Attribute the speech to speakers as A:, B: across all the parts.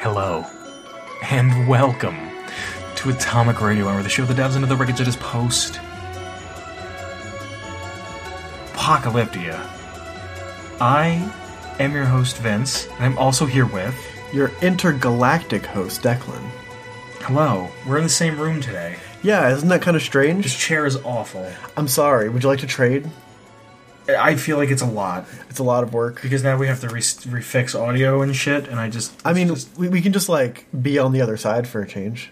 A: Hello, and welcome to Atomic Radio Hour, the show that dives into the records that is post apocalyptia. I am your host, Vince, and I'm also here with.
B: Your intergalactic host, Declan.
A: Hello, we're in the same room today.
B: Yeah, isn't that kind of strange?
A: This chair is awful.
B: I'm sorry. Would you like to trade?
A: I feel like it's a lot
B: It's a lot of work.
A: because now we have to re- refix audio and shit, and I just.
B: I mean,
A: it's just-
B: we, we can just like be on the other side for a change.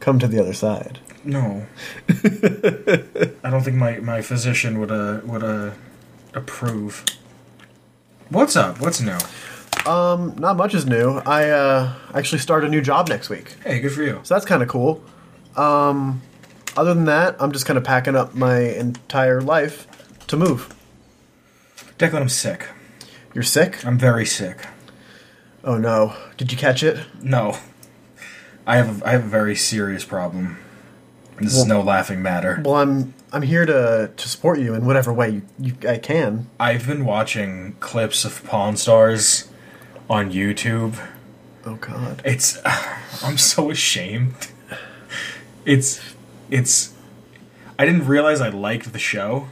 B: Come to the other side.
A: no. I don't think my, my physician would uh would uh approve. What's up? What's new?
B: Um, not much is new. I uh, actually start a new job next week,
A: Hey, good for you.
B: so that's kind of cool. Um, other than that, I'm just kind of packing up my entire life to move.
A: Declan, I'm sick.
B: You're sick?
A: I'm very sick.
B: Oh no! Did you catch it?
A: No. I have a, I have a very serious problem. This is no laughing matter.
B: Well, I'm I'm here to to support you in whatever way you, you I can.
A: I've been watching clips of Pawn Stars on YouTube.
B: Oh God!
A: It's I'm so ashamed. It's it's I didn't realize I liked the show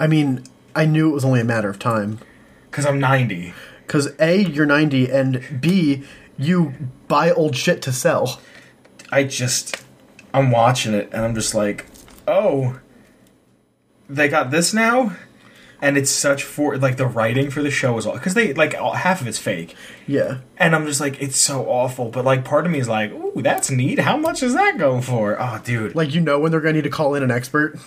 B: I mean, I knew it was only a matter of time.
A: cuz I'm 90.
B: Because A, you're 90, and B, you buy old shit to sell.
A: I just I'm watching it and I'm just like, "Oh, they got this now?" And it's such for like the writing for the show is all cuz they like all, half of it's fake.
B: Yeah.
A: And I'm just like, it's so awful. But like, part of me is like, ooh, that's neat. How much is that going for? Oh, dude.
B: Like, you know when they're going to need to call in an expert.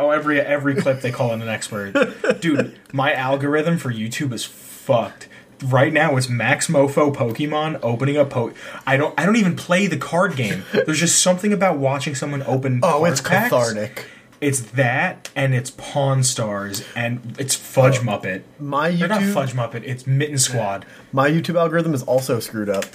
A: oh, every every clip they call in an expert. dude, my algorithm for YouTube is fucked. Right now, it's Max Mofo Pokemon opening up. Po- I don't. I don't even play the card game. There's just something about watching someone open.
B: Oh,
A: card
B: it's
A: packs.
B: cathartic.
A: It's that, and it's Pawn Stars, and it's
B: Oh.
A: Fudge Muppet.
B: My
A: They're not
B: YouTube-
A: Fudge Muppet. It's Mitten Squad.
B: My YouTube algorithm is also screwed up.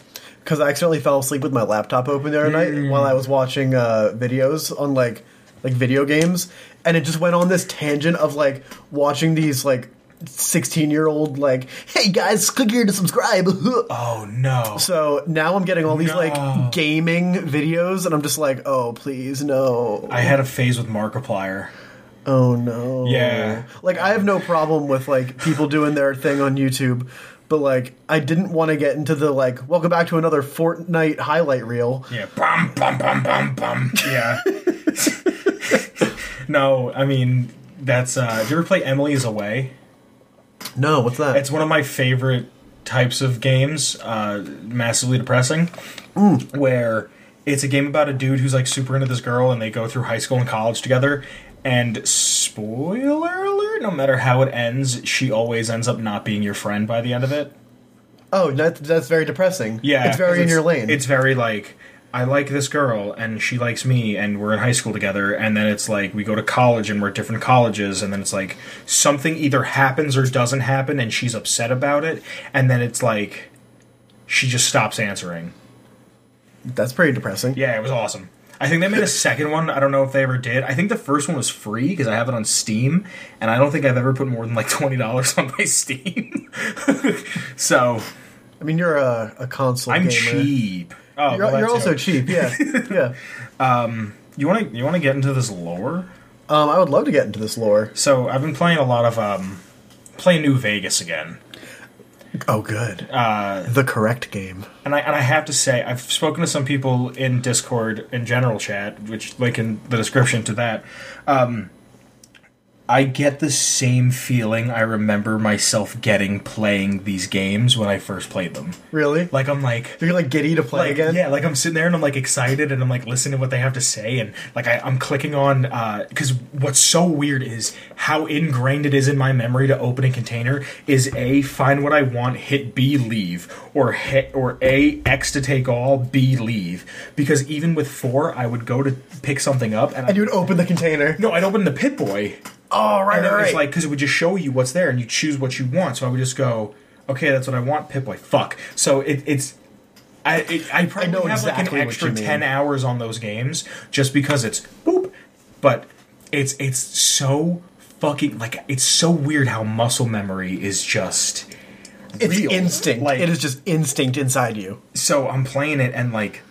B: Because I accidentally fell asleep with my laptop open the other night while I was watching uh, videos on, like, like video games. And it just went on this tangent of, like, watching these, like, 16 year old, like, hey guys, click here to subscribe.
A: Oh no.
B: So now I'm getting all these
A: No.
B: like gaming videos, and I'm just like, oh please no,
A: I had a phase with Markiplier.
B: oh no,
A: Yeah.
B: Like I have no problem with like people doing their thing on YouTube, but like I didn't want to get into the like welcome back to another Fortnite highlight reel.
A: Yeah, bum bum bum bum bum. Yeah. no, I mean that's. uh Did you ever play Emily's Away?
B: No, what's that?
A: It's one of my favorite types of games. Uh, massively depressing, where it's a game about a dude who's like super into this girl, and they go through high school and college together. And spoiler alert: no matter how it ends, she always ends up not being your friend by the end of it.
B: oh, that's that's very depressing.
A: Yeah,
B: it's very
A: 'cause
B: in your lane.
A: It's very like I like this girl and she likes me and we're in high school together and then it's like we go to college and we're at different colleges and then it's like something either happens or doesn't happen and she's upset about it and then it's like she just stops answering.
B: that's pretty depressing.
A: Yeah, it was awesome. I think they made a second one. I don't know if they ever did. I think the first one was free because I have it on Steam, and I don't think I've ever put more than like twenty dollars on my Steam. so
B: I mean, you're a, a console.
A: I'm
B: gamer.
A: cheap. Oh, well,
B: You're,
A: that
B: you're
A: too.
B: also cheap. Yeah, yeah.
A: You want to you want to get into this lore?
B: Um, I would love to get into this lore.
A: So I've been playing a lot of um, playing New Vegas again,
B: Oh, good. Uh, the correct game.
A: and I and I have to say I've spoken to some people in Discord in general chat, which link in the description to that. Um, I get the same feeling I remember myself getting playing these games when I first played them.
B: Really?
A: Like I'm like.
B: You're like giddy to play
A: Like,
B: again.
A: yeah, like I'm sitting there and I'm like excited and I'm like listening to what they have to say and like I, I'm clicking on because what's so weird is how ingrained it is in my memory to open a container is a find what I want, hit B leave or hit or a X to take all, B leave because even with four I would go to pick something up and, I,
B: And you would open the container.
A: no I'd open the pit boy
B: Oh, right,
A: and it was
B: right.
A: like because it would just show you what's there and you choose what you want. So I would just go, okay, that's what I want. Pip boy, fuck. So it, it's. I, it, I probably
B: know
A: have
B: exactly
A: like
B: what
A: an extra
B: you mean.
A: ten hours on those games just because it's boop, but it's it's so fucking like it's so weird how muscle memory is just
B: It's
A: real.
B: instinct.
A: Like
B: it is just instinct inside you.
A: so I'm playing it and like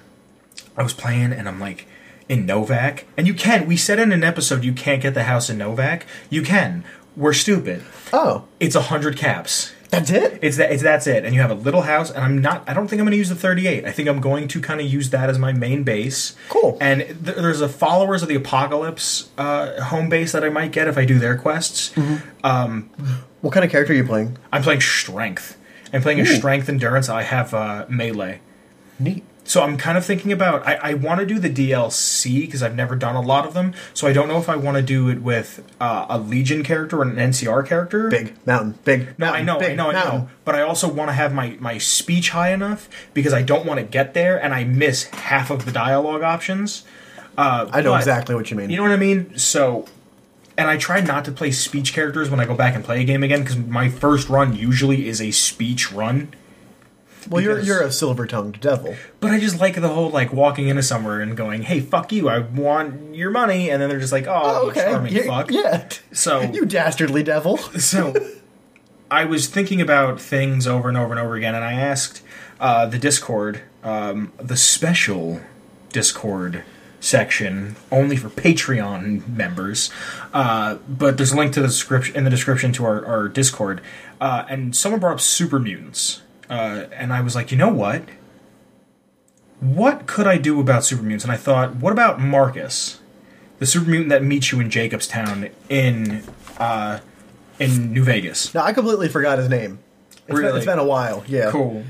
A: I was playing and I'm like in Novak and you can we said in an episode you can't get the house in Novak you can we're stupid
B: Oh,
A: it's a hundred caps
B: that's it.
A: it's that it's that's it and you have a little house and I'm not I don't think I'm going to use the 38 I think I'm going to kind of use that as my main base
B: Cool.
A: and th- there's a followers of the apocalypse uh, home base that I might get if I do their quests
B: What kind of character are you playing?
A: I'm playing strength I'm playing a strength endurance I have uh, melee
B: Neat.
A: So I'm kind of thinking about I, I want to do the DLC because I've never done a lot of them. So I don't know if I want to do it with uh, a Legion character and an NCR character.
B: Big mountain. Big.
A: No,
B: mountain,
A: I know,
B: Big,
A: I know, I know.
B: mountain.
A: But I also want to have my my speech high enough because I don't want to get there and I miss half of the dialogue options. Uh,
B: I know
A: but-
B: exactly what you mean.
A: You know what I mean? So. And I try not to play speech characters when I go back and play a game again because my first run usually is a speech run.
B: well, you're
A: because-
B: you're a silver tongued devil.
A: But I just like the whole like walking into somewhere and going, "Hey, fuck you! I want your money," and then they're just like, "Oh, you charming
B: Yeah,
A: fuck."
B: Yeah.
A: So-
B: you dastardly devil.
A: So I was thinking about things over and over and over again, and I asked uh, the Discord, um, the special Discord section, only for Patreon members. Uh, but there's a link to the description in the description to our, our Discord, uh, and someone brought up super mutants, uh, and I was like, you know what? What could I do about super mutants? And I thought, what about Marcus? The super mutant that meets you in Jacobstown in uh, in New Vegas.
B: No, I completely forgot his name. It's been-
A: Really?
B: it's been a while. Yeah.
A: Cool.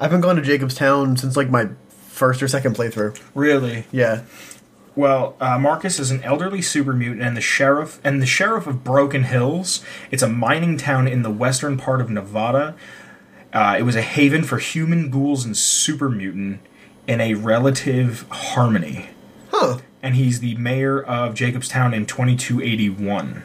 B: I've been going to Jacobstown since like my first or second playthrough.
A: Really?
B: Yeah.
A: Well, uh, Marcus is an elderly super mutant and the sheriff and the sheriff of Broken Hills. It's a mining town in the western part of Nevada. Uh, it was a haven for human ghouls and super mutant in a relative harmony.
B: Huh.
A: and he's the mayor of Jacobstown in 2281.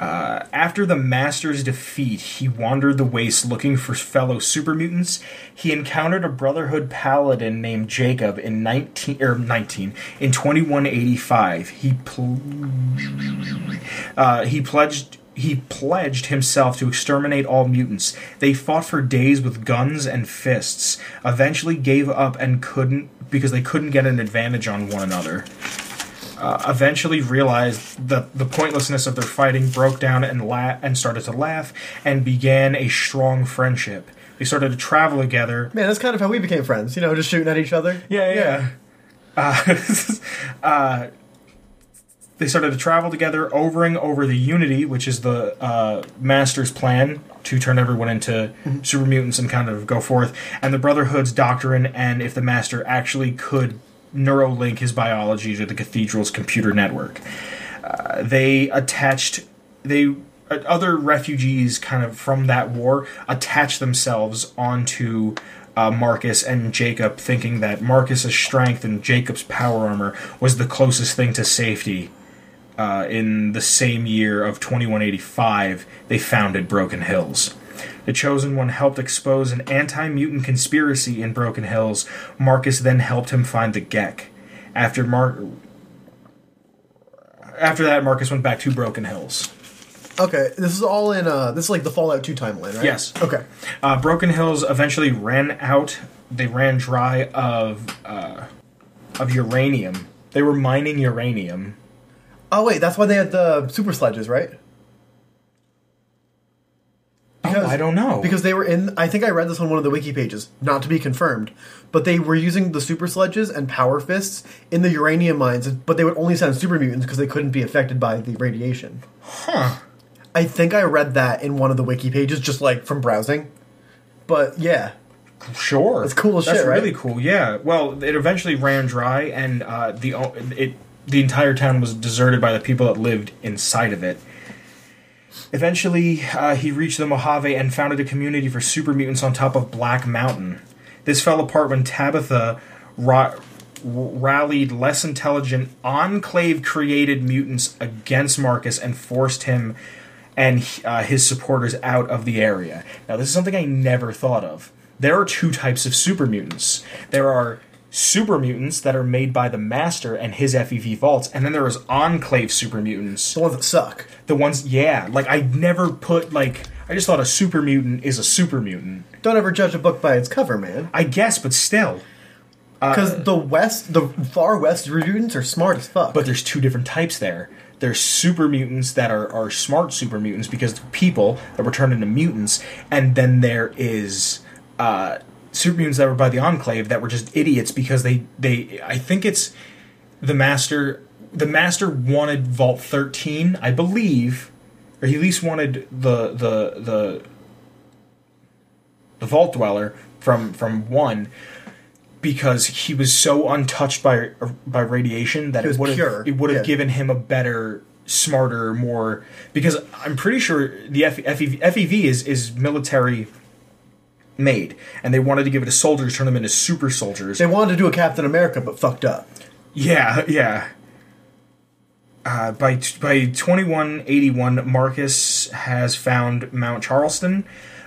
A: Uh, after the Master's defeat, he wandered the wastes looking for fellow super mutants. He encountered a Brotherhood paladin named Jacob in 19 or 19 in 2185. He pl- uh, he pledged he pledged himself to exterminate all mutants. They fought for days with guns and fists. Eventually, gave up and couldn't because they couldn't get an advantage on one another. Uh, eventually, realized that the pointlessness of their fighting broke down and la- and started to laugh and began a strong friendship. They started to travel together
B: Man, that's kind of how we became friends. You know, just shooting at each other.
A: yeah, yeah. Uh, uh, they started to travel together, overing over the Unity, which is the uh, Master's plan to turn everyone into super mutants and kind of go forth, and the Brotherhood's doctrine, and if the Master actually could neurolink his biology to the Cathedral's computer network they attached they uh, other refugees kind of from that war attached themselves onto uh, Marcus and Jacob, thinking that Marcus's strength and Jacob's power armor was the closest thing to safety. Uh, in the same year of 2185, they founded Broken Hills. The Chosen One helped expose an anti mutant conspiracy in Broken Hills. Marcus then helped him find the Gek. After Mar- after that, Marcus went back to Broken Hills.
B: Okay, this is all in uh this is like the Fallout 2 timeline, right?
A: Yes.
B: Okay.
A: Uh, Broken Hills eventually ran out. They ran dry of uh, of uranium. They were mining uranium.
B: Oh wait, that's why they had the super sledges, right?
A: oh, I don't know
B: Because they were in I think I read this on one of the wiki pages, not to be confirmed, but they were using the super sledges and power fists in the uranium mines, but they would only send super mutants because they couldn't be affected by the radiation.
A: huh?
B: I think I read that in one of the wiki pages just like from browsing. But yeah,
A: Sure, that's
B: cool as
A: That's
B: shit, right?
A: really cool. Yeah. Well, it eventually ran dry, and uh, the o- it the entire town was deserted by the people that lived inside of it. Eventually, uh, he reached the Mojave and founded a community for super mutants on top of Black Mountain. This fell apart when Tabitha ra- rallied less intelligent enclave created mutants against Marcus and forced him and uh, his supporters out of the area. Now, this is something I never thought of. There are two types of super mutants. There are super mutants that are made by the master and his FEV vaults, and then there is enclave super mutants
B: the ones that suck.
A: the ones yeah like i never put like I just thought a super mutant is a super mutant.
B: Don't ever judge a book by its cover, man.
A: I guess, but still.
B: Because the West, the far West mutants are smart as fuck.
A: But there's two different types there. There's super mutants that are, are smart super mutants because they're people that were turned into mutants, and then there is uh, super mutants that were by the Enclave that were just idiots because they they I think it's the master the master wanted Vault 13, I believe, or he at least wanted the the the the Vault Dweller from from one because he was so untouched by by radiation that
B: was
A: it would
B: pure,
A: have it would have
B: yeah.
A: given him a better smarter more because I'm pretty sure the F, FEV, FEV is is military made and they wanted to give it to soldiers turn them into super soldiers
B: they wanted to do a Captain America, but fucked up.
A: yeah, yeah. Uh, by t- by twenty one eighty one, Marcus has found Mount Charleston,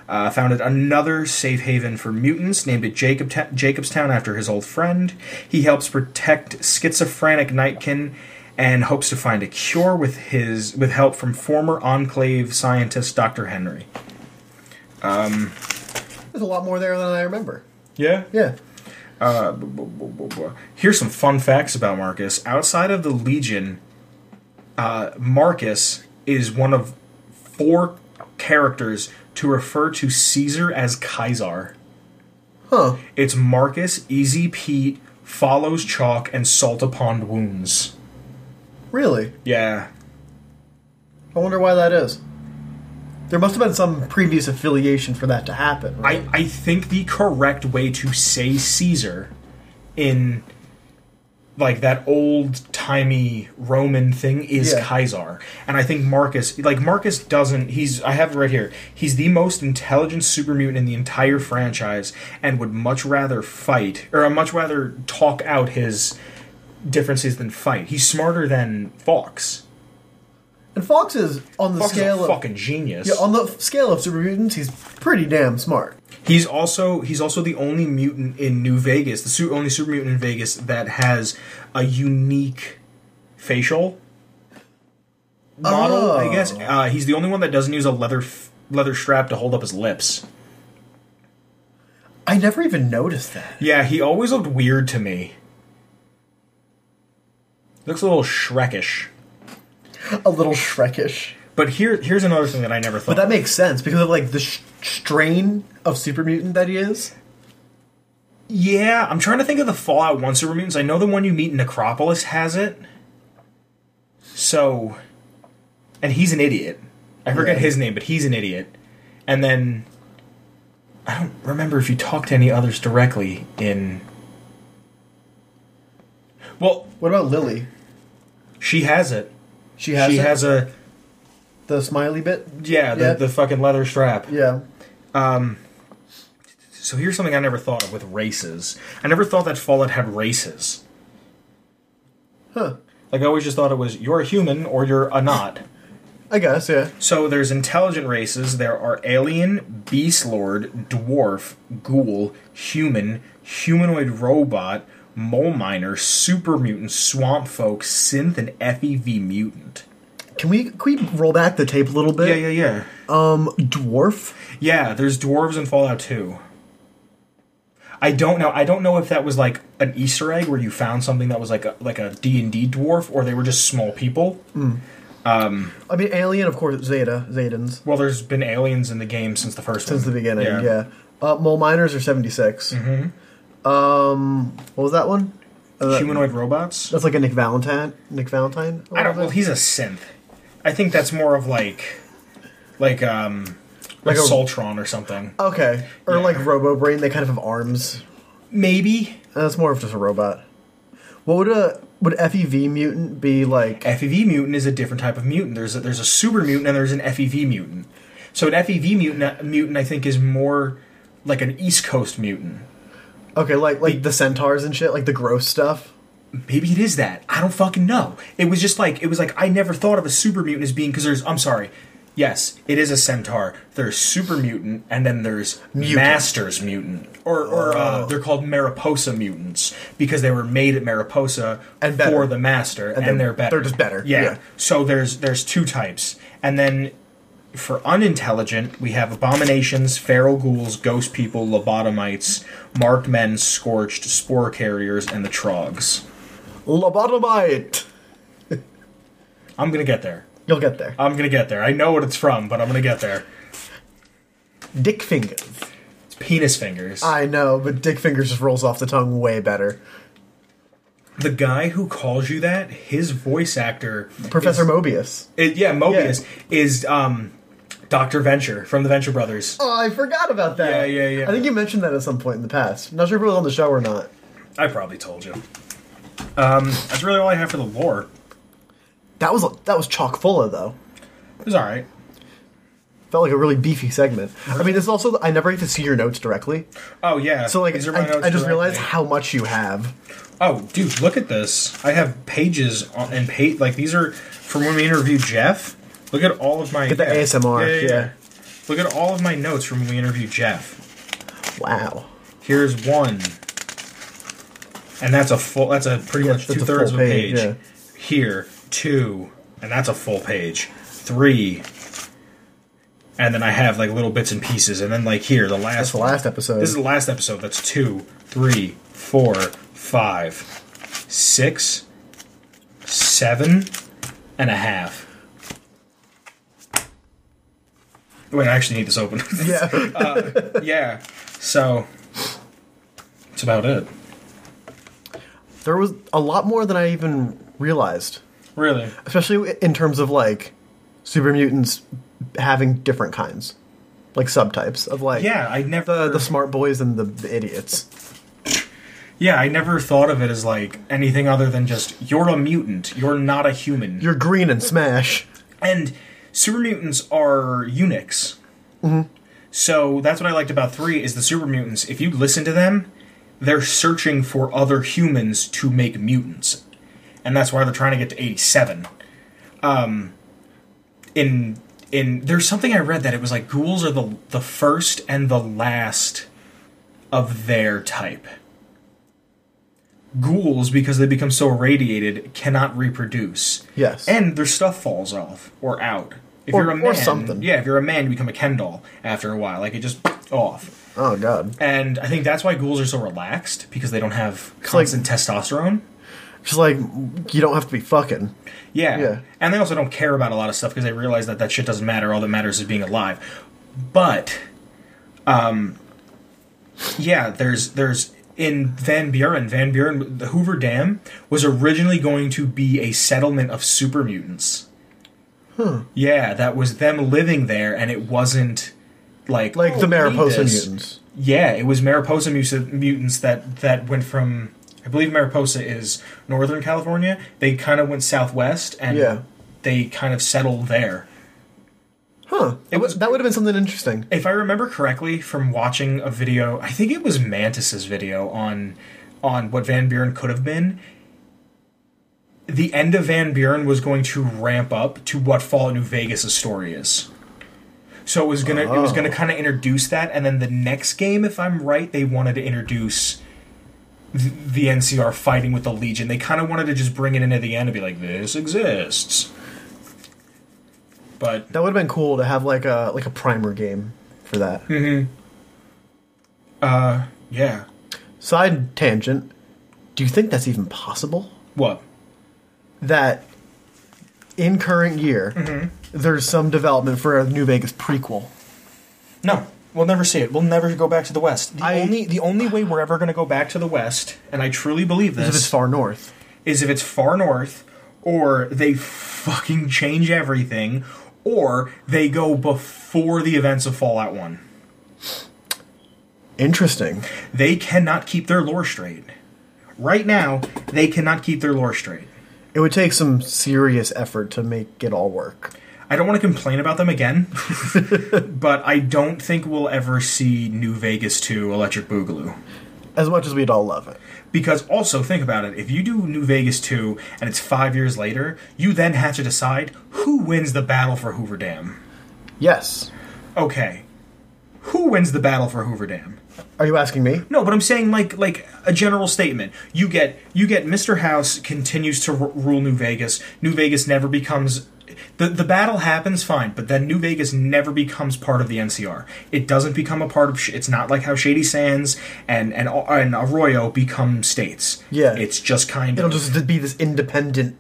A: uh, founded another safe haven for mutants, named it Jacob Ta- Jacobstown after his old friend. He helps protect schizophrenic Nightkin and hopes to find a cure with his with help from former Enclave scientist Doctor Henry.
B: There's a lot more there than I remember.
A: Yeah,
B: Yeah.
A: Here's some fun facts about Marcus. Outside of the Legion, uh, Marcus is one of four characters to refer to Caesar as Kaiser.
B: Huh.
A: It's Marcus, Easy Pete, Follows Chalk, and Salt Upon Wounds.
B: Really?
A: Yeah.
B: I wonder why that is. There must have been some previous affiliation for that to happen, right?
A: I, I think the correct way to say Caesar in like that old timey Roman thing is
B: Yeah.
A: Kaiser. And I think Marcus like Marcus doesn't he's I have it right here. He's the most intelligent super mutant in the entire franchise and would much rather fight or uh, much rather talk out his differences than fight. He's smarter than Fox.
B: and Fox is on the
A: Fox
B: scale
A: is a
B: of
A: fucking genius.
B: yeah, on the f- scale of super mutants, he's pretty damn smart.
A: He's also he's also the only mutant in New Vegas, the su- only super mutant in Vegas that has a unique facial model. I guess uh, he's the only one that doesn't use a leather f- leather strap to hold up his lips.
B: I never even noticed that.
A: Yeah, he always looked weird to me. Looks a little Shrekish.
B: A little Shrekish.
A: But here here's another thing that I never thought.
B: But that makes sense because of like the sh- strain of super mutant that he is.
A: yeah, I'm trying to think of the Fallout One super mutants. I know the one you meet in Necropolis has it. So, and he's an idiot. I forget
B: Yeah.
A: his name, but he's an idiot. And then I don't remember if you talk to any others directly in. Well,
B: What about Lily?
A: she has it.
B: She has
A: she
B: it?
A: has a
B: the smiley bit.
A: yeah, the,
B: Yeah.
A: the fucking leather strap.
B: Yeah.
A: So here's something I never thought of with races. I never thought that Fallout had races.
B: Huh.
A: Like I always just thought it was you're a human or you're a not.
B: I guess. Yeah.
A: So there's intelligent races. There are alien, beast lord, dwarf, ghoul, human, humanoid robot, mole miner, super mutant, swamp folk, synth, and FEV mutant.
B: Can we can we roll back the tape a little bit?
A: Yeah, yeah, yeah.
B: Um, dwarf.
A: Yeah, there's dwarves in Fallout 2. I don't know. I don't know if that was like an Easter egg where you found something that was like a like a D and D dwarf, or they were just small people.
B: I mean, alien. Of course, Zeta. Zedans.
A: Well, there's been aliens in the game since the first
B: Since
A: one.
B: the beginning. Yeah. Uh, mole miners are seventy Mm-hmm. Um, what was that one? Uh,
A: humanoid robots.
B: That's like a Nick Valentine. Nick Valentine.
A: I don't. Well, he's a synth. I think that's more of like, like um, like,
B: Like a-
A: Soltron or something.
B: Okay. Or
A: Yeah.
B: like Robo Brain. They kind of have arms.
A: Maybe
B: That's more of just a robot. What would a would FEV mutant be like?
A: FEV E mutant is a different type of mutant. There's a, there's a super mutant and there's an FEV mutant. So an FEV mutant mutant I think is more like an East Coast mutant.
B: Okay, like like the centaurs and shit, like the gross stuff.
A: Maybe it is that. I don't fucking know. It was just like it was like I never thought of a super mutant as being because there's I'm sorry. Yes, it is a centaur. There's super mutant, and then there's masters mutant, or or uh,
B: Oh.
A: they're called Mariposa mutants because they were made at Mariposa
B: And better.
A: for the master, and,
B: they're-
A: they're, better.
B: they're just better.
A: Yeah.
B: Yeah.
A: So there's there's two types, and then for unintelligent, we have abominations, feral ghouls, ghost people, lobotomites, marked men, scorched, spore carriers, and the trogs.
B: Lobotomite.
A: I'm gonna get there.
B: You'll get there.
A: I'm gonna get there. I know what it's from, but I'm gonna get there.
B: Dick fingers.
A: It's penis fingers.
B: I know, but dick fingers just rolls off the tongue way better.
A: the guy who calls you that, his voice actor,
B: Professor
A: is,
B: Mobius.
A: it- yeah, Mobius is um, Doctor Venture from the Venture Brothers.
B: Oh, I forgot about that.
A: Yeah, yeah, yeah.
B: I think you mentioned that at some point in the past. Not sure if it was on the show or not.
A: I probably told you. Um, that's really all I have for the lore.
B: That was that was chock full of though.
A: It was all right.
B: Felt like a really beefy segment. I mean, it's also I never get to see your notes directly,
A: Oh yeah.
B: so like I,
A: These are my notes
B: I just
A: directly.
B: realized how much you have.
A: Oh, dude, look at this. I have pages on, and page like these are from when we interviewed Jeff. Look at all of my
B: Get the
A: yeah.
B: ASMR, yeah.
A: Look at all of my notes from when we interviewed Jeff.
B: Wow.
A: Here's one, and that's a full. That's a pretty much
B: that's
A: two
B: a
A: thirds of
B: full
A: a
B: page,
A: page.
B: yeah.
A: Here two, and that's a full page. Three. And then I have like little bits and pieces, and then like here the last
B: That's the last episode.
A: this is the last episode. That's two, three, four, five, six, seven, and a half. Wait, I actually need this open.
B: yeah.
A: yeah. So that's about it.
B: there was a lot more than I even realized,
A: Really?
B: especially in terms of like super mutants having different kinds, like subtypes of like
A: Yeah, I never.
B: the the smart boys and the, the idiots.
A: yeah, I never thought of it as like anything other than just you're a mutant. You're not a human.
B: You're green and smash.
A: And super mutants are eunuchs. So that's what I liked about three is the super mutants. If you listen to them, they're searching for other humans to make mutants, and that's why they're trying to get to eighty-seven. Um, in in there's something I read that it was like ghouls are the the first and the last of their type. Ghouls, because they become so irradiated, cannot reproduce.
B: Yes.
A: And their stuff falls off or out. If
B: Or-
A: you're a
B: or
A: man,
B: something.
A: Yeah, if you're a man, you become a Ken doll after a while. Like it just off.
B: Oh god.
A: And I think that's why ghouls are so relaxed because they don't have
B: like-
A: constant testosterone.
B: Just like you don't have to be fucking.
A: Yeah.
B: Yeah.
A: And they also don't care about a lot of stuff because they realize that that shit doesn't matter. All that matters is being alive. But, um, yeah, there's there's in Van Buren, Van Buren, the Hoover Dam was originally going to be a settlement of super mutants. Huh. Yeah, that was them living there, and it wasn't like
B: Like
A: "Oh,
B: the
A: we need
B: Mariposa
A: this."
B: mutants.
A: Yeah, it was Mariposa mu- mutants that that went from. I believe Mariposa is Northern California. They kind of went southwest, and
B: Yeah.
A: they kind of settled there.
B: Huh. It was,
A: was-
B: that would have been something interesting.
A: If I remember correctly from watching a video, I think it was Mantis's video on on what Van Buren could have been. The end of Van Buren was going to ramp up to what Fallout New Vegas' story is. So it was gonna it was gonna kind of introduce that, and then the next game, if I'm right, they wanted to introduce th- the NCR fighting with the Legion. They kind of wanted to just bring it into the end and be like, "This exists," but
B: That would have been cool to have like a like a primer game for that.
A: Hmm. yeah,
B: Side tangent. Do you think that's even possible?
A: what?
B: That in current year,
A: Mm-hmm.
B: there's some development for a New Vegas prequel.
A: No, we'll never see it. We'll never go back to the West. The
B: I-
A: only the only way we're ever going to go back to the West, and I truly believe
B: If it's
A: this,
B: far north,
A: is if it's far north, or they fucking change everything, or they go before the events of Fallout One.
B: interesting.
A: They cannot keep their lore straight. Right now, they cannot keep their lore straight.
B: It would take some serious effort to make it all work.
A: I don't want to complain about them again, but I don't think we'll ever see New Vegas 2 Electric Boogaloo.
B: As much as we'd all love it,
A: Because also think about it, if you do New Vegas 2 and it's five years later, you then have to decide who wins the battle for Hoover Dam.
B: yes.
A: Okay. Who wins the battle for Hoover Dam?
B: Are you asking me?
A: No, but I'm saying like like a general statement. You get you get Mr. House continues to r- rule New Vegas. New Vegas never becomes the the battle happens fine, but then New Vegas never becomes part of the NCR. It doesn't become a part of. Sh- It's not like how Shady Sands and and and Arroyo become states.
B: Yeah.
A: it's just kind
B: It'll
A: of
B: just be this independent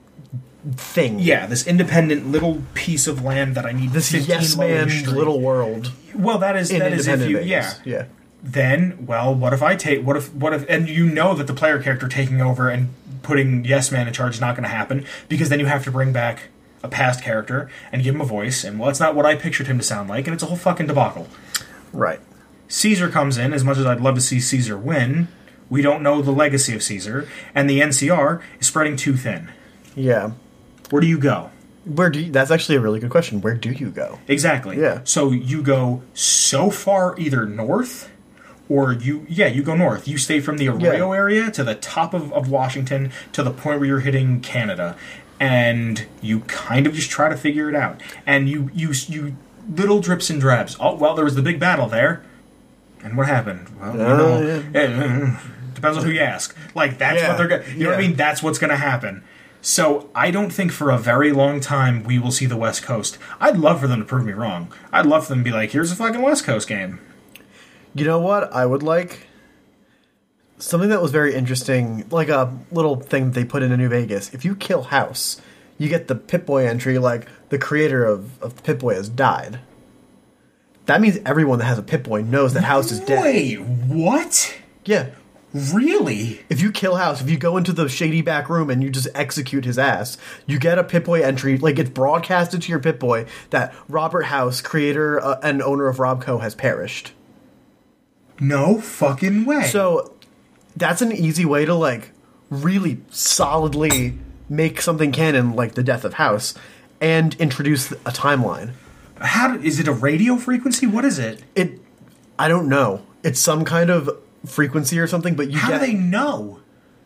B: thing.
A: yeah, this independent little piece of land that I need.
B: This
A: 15
B: yes man
A: Lower Street.
B: little world
A: Well, that is
B: in
A: that is if
B: independent
A: you yeah
B: Vegas. Yeah.
A: then well what if i take what if what if and you know that the player character taking over and putting yes man in charge is not going to happen because then you have to bring back a past character and give him a voice and well it's not what i pictured him to sound like and it's a whole fucking debacle
B: Right.
A: caesar comes in as much as i'd love to see caesar win we don't know the legacy of caesar and the ncr is spreading too thin
B: Yeah.
A: where do you go
B: Where do you, that's actually a really good question. Where do you go?
A: Exactly.
B: Yeah.
A: So you go so far either north or you yeah, you go north. You stay from the Arroyo area to the top of, of Washington to the point where you're hitting Canada. And you kind of just try to figure it out. And you you you little drips and drabs. Oh well there was the big battle there. And what happened? Well, you
B: Oh,
A: know, eh, eh, depends on who you ask. Like that's
B: Yeah.
A: what they're gonna you know what I
B: Yeah.
A: mean? That's what's gonna happen. So I don't think for a very long time we will see the West Coast. I'd love for them to prove me wrong. I'd love for them to be like, here's a fucking West Coast game.
B: You know what? I would like something that was very interesting, like a little thing that they put in New Vegas. If you kill House, you get the Pip Boy entry, like the creator of, of Pip Boy has died. That means everyone that has a Pip Boy knows that House is dead.
A: Wait, what?
B: Yeah.
A: Really?
B: If you kill House, if you go into the shady back room and you just execute his ass, you get a Pip Boy entry. Like it's broadcasted to your Pip Boy that Robert House, creator uh, and owner of Robco, has perished.
A: No fucking way.
B: So that's an easy way to like really solidly make something canon, like the death of House, and introduce a timeline.
A: how did, is it a radio frequency? What is it?
B: It, I don't know. It's some kind of frequency or something, but you
A: How
B: get
A: do they know?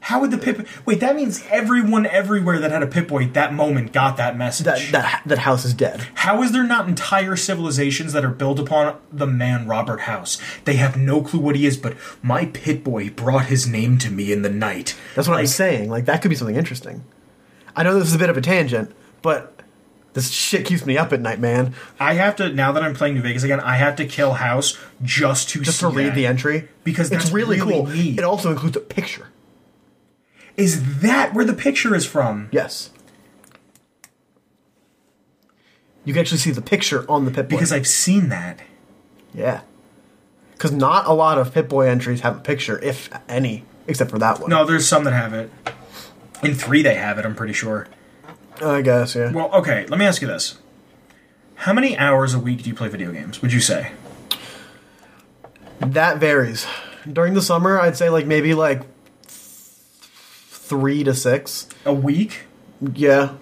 A: How would the Pip? Wait, that means everyone everywhere that had a Pip Boy at that moment got that message.
B: that that that House is dead.
A: How is there not entire civilizations that are built upon the man Robert House? They have no clue what he is, but my pit boy brought his name to me in the night.
B: That's what I'm
A: Like,
B: saying. Like that could be something interesting. I know this is a bit of a tangent, but this shit keeps me up at night, man.
A: I have to now that I'm playing New Vegas again. I have to kill House just to
B: Just
A: see
B: to read
A: that.
B: the entry
A: Because
B: it's
A: that's
B: really,
A: really
B: cool.
A: neat.
B: It also includes a picture.
A: Is that where the picture is from?
B: Yes. You can actually see the picture on the Pip Boy.
A: Because I've seen that.
B: yeah. Because not a lot of Pip Boy entries have a picture, if any, except for that one.
A: No, there's some that have it. In three, they have it. I'm pretty sure.
B: I guess, yeah.
A: Well, okay. Let me ask you this: How many hours a week do you play video games? Would you say?
B: That varies. During the summer, I'd say like maybe like th- three to six.
A: A week?
B: Yeah.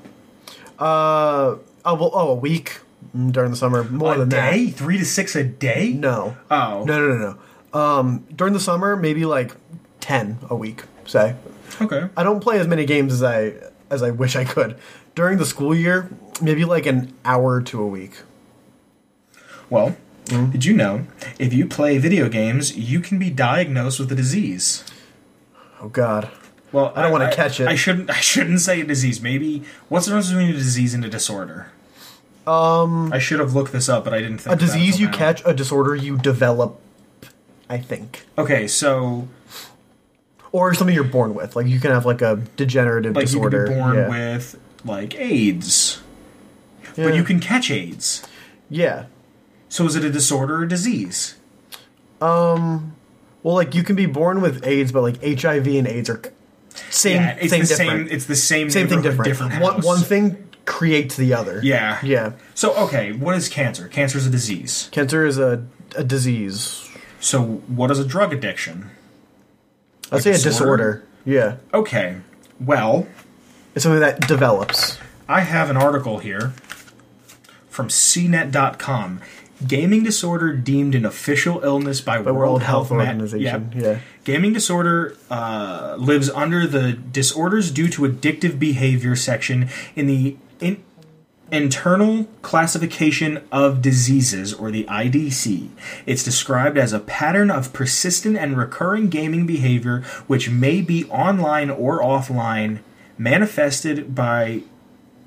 B: Uh, oh, well, oh, a week mm, during the summer. More
A: a
B: than that.
A: day? Three to six a day?
B: No.
A: Oh.
B: No, no, no, no. Um, during the summer, maybe like 10 a week, say.
A: Okay.
B: I don't play as many games as I as I wish I could. During the school year, maybe like an hour to a week.
A: Well,
B: Hmm?
A: did you know if you play video games, you can be diagnosed with a disease?
B: Oh God,
A: Well, I
B: don't wanna catch it.
A: I shouldn't. I shouldn't say a disease. Maybe what's the difference between a disease and a disorder? Um, I should have looked this up, but I didn't think
B: a
A: about it
B: disease
A: till
B: you
A: now.
B: catch, a disorder you develop. I think,
A: Okay, so
B: or something you're born with. Like you can have like a degenerative
A: like
B: disorder.
A: you could be born
B: yeah.
A: with like AIDS,
B: Yeah.
A: but you can catch AIDS.
B: yeah.
A: So is it a disorder or a disease?
B: Well, like you can be born with AIDS, but like HIV and AIDS are same
A: yeah, it's
B: same
A: the
B: different.
A: same. It's the same.
B: same thing
A: neighborhood,
B: different. one
A: house.
B: one thing creates the other.
A: Yeah.
B: Yeah.
A: So okay, what is cancer? Cancer is a disease.
B: Cancer is a a disease.
A: So what is a drug addiction?
B: I'd say
A: disorder?
B: a disorder. Yeah.
A: Okay. Well,
B: It's something that develops.
A: I have an article here from CNET.com. Gaming disorder deemed an official illness by, World,
B: World
A: Health,
B: Health
A: Ma-
B: Organization,
A: Yep.
B: yeah.
A: Gaming disorder uh, lives under the disorders due to addictive behavior section in the in- Internal Classification of Diseases, or the IDC. It's described as a pattern of persistent and recurring gaming behavior which may be online or offline, manifested by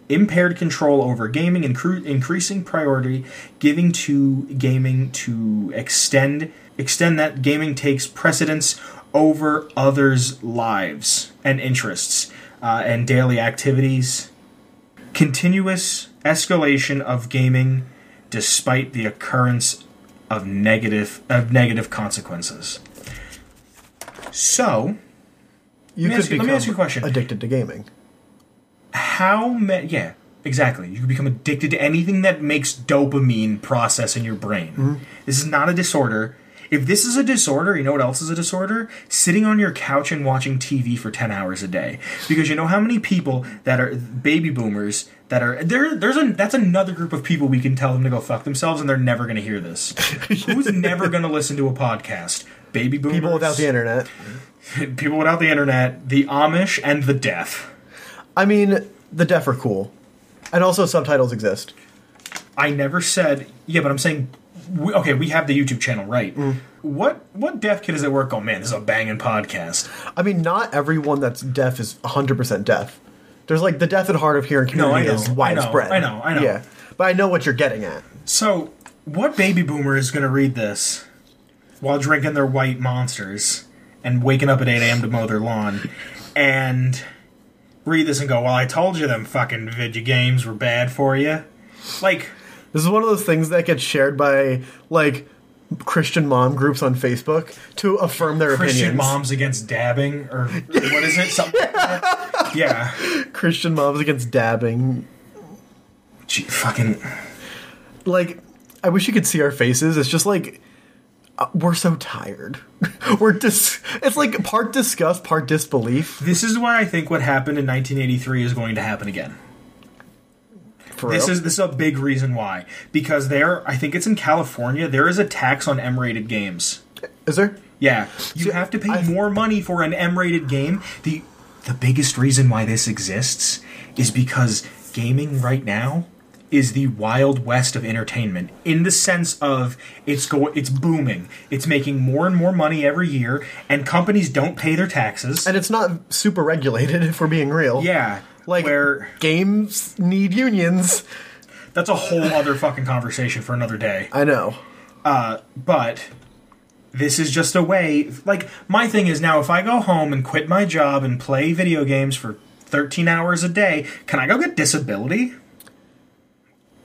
A: impaired control over gaming, incre- increasing priority, giving to gaming to extend extend that gaming takes precedence over others' lives and interests uh, and daily activities. Continuous escalation of gaming, despite the occurrence of negative of negative consequences. So,
B: You
A: me
B: could
A: ask you- let me
B: become
A: ask you a question.
B: addicted to gaming.
A: how many yeah exactly you can become addicted to anything that makes dopamine process in your brain
B: Mm-hmm.
A: this is not a disorder if this is a disorder you know what else is a disorder sitting on your couch and watching tv for 10 hours a day because you know how many people that are baby boomers that are there there's a that's another group of people we can tell them to go fuck themselves and they're never going to hear this who's never going to listen to a podcast baby boomers
B: People without the internet.
A: people without the internet the amish and the deaf
B: I mean, the deaf are cool, and also subtitles exist.
A: I never said yeah, but I'm saying we, okay, we have the YouTube channel, right? What what deaf kid is at work? going, man, this is a banging podcast.
B: I mean, not everyone that's deaf is 100% deaf. There's like the deaf and hard of hearing community
A: know,
B: is
A: I know,
B: widespread.
A: I know, I know.
B: Yeah, but I know what you're getting at.
A: So, what baby boomer is going to read this while drinking their white monsters and waking up at 8 a.m. to mow their lawn and read this and go, "Well, I told you them fucking video games were bad for you." Like,
B: This is one of those things that gets shared by like Christian mom groups on Facebook to affirm their
A: Christian
B: opinions.
A: moms against dabbing or what is it? Something like that? Yeah.
B: Christian moms against dabbing.
A: Gee, fucking
B: Like, I wish you could see our faces. It's just like uh, we're so tired. we're dis. It's like part disgust, part disbelief.
A: This is why I think what happened in 1983 is going to happen again.
B: For
A: This
B: real.
A: is this is a big reason why because there I think it's in California there is a tax on M-rated games.
B: is there?
A: Yeah, you have to pay
B: I-
A: more money for an M-rated game. The the biggest reason why this exists is because gaming right now is the wild west of entertainment in the sense of it's go it's booming. It's making more and more money every year and companies don't pay their taxes.
B: And it's not super regulated. If we're being real,
A: yeah.
B: Like
A: where
B: games need unions.
A: That's a whole other fucking conversation for another day.
B: I know.
A: But this is just a way. Like, my thing is now if I go home and quit my job and play video games for 13 hours a day, can I go get disability?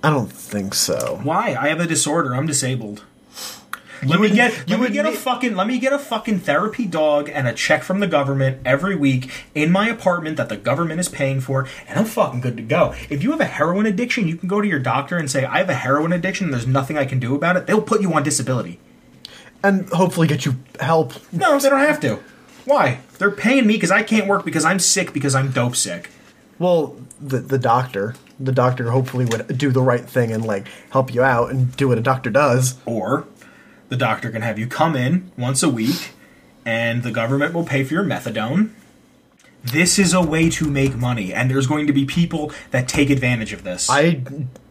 B: I don't think so.
A: Why? I have a disorder. I'm disabled. Let me get let me
B: would
A: get a
B: need-
A: fucking let me get a fucking therapy dog and a check from the government every week in my apartment that the government is paying for, and I'm fucking good to go. If you have a heroin addiction, you can go to your doctor and say, I have a heroin addiction, and there's nothing I can do about it. They'll put you on disability.
B: And hopefully get you help.
A: No, they don't have to. Why? They're paying me because I can't work because I'm sick because I'm dope sick.
B: Well, the the doctor, the doctor hopefully would do the right thing and like help you out and do what a doctor does.
A: Or the doctor can have you come in once a week and the government will pay for your methadone. This is a way to make money, and there's going to be people that take advantage of this.
B: I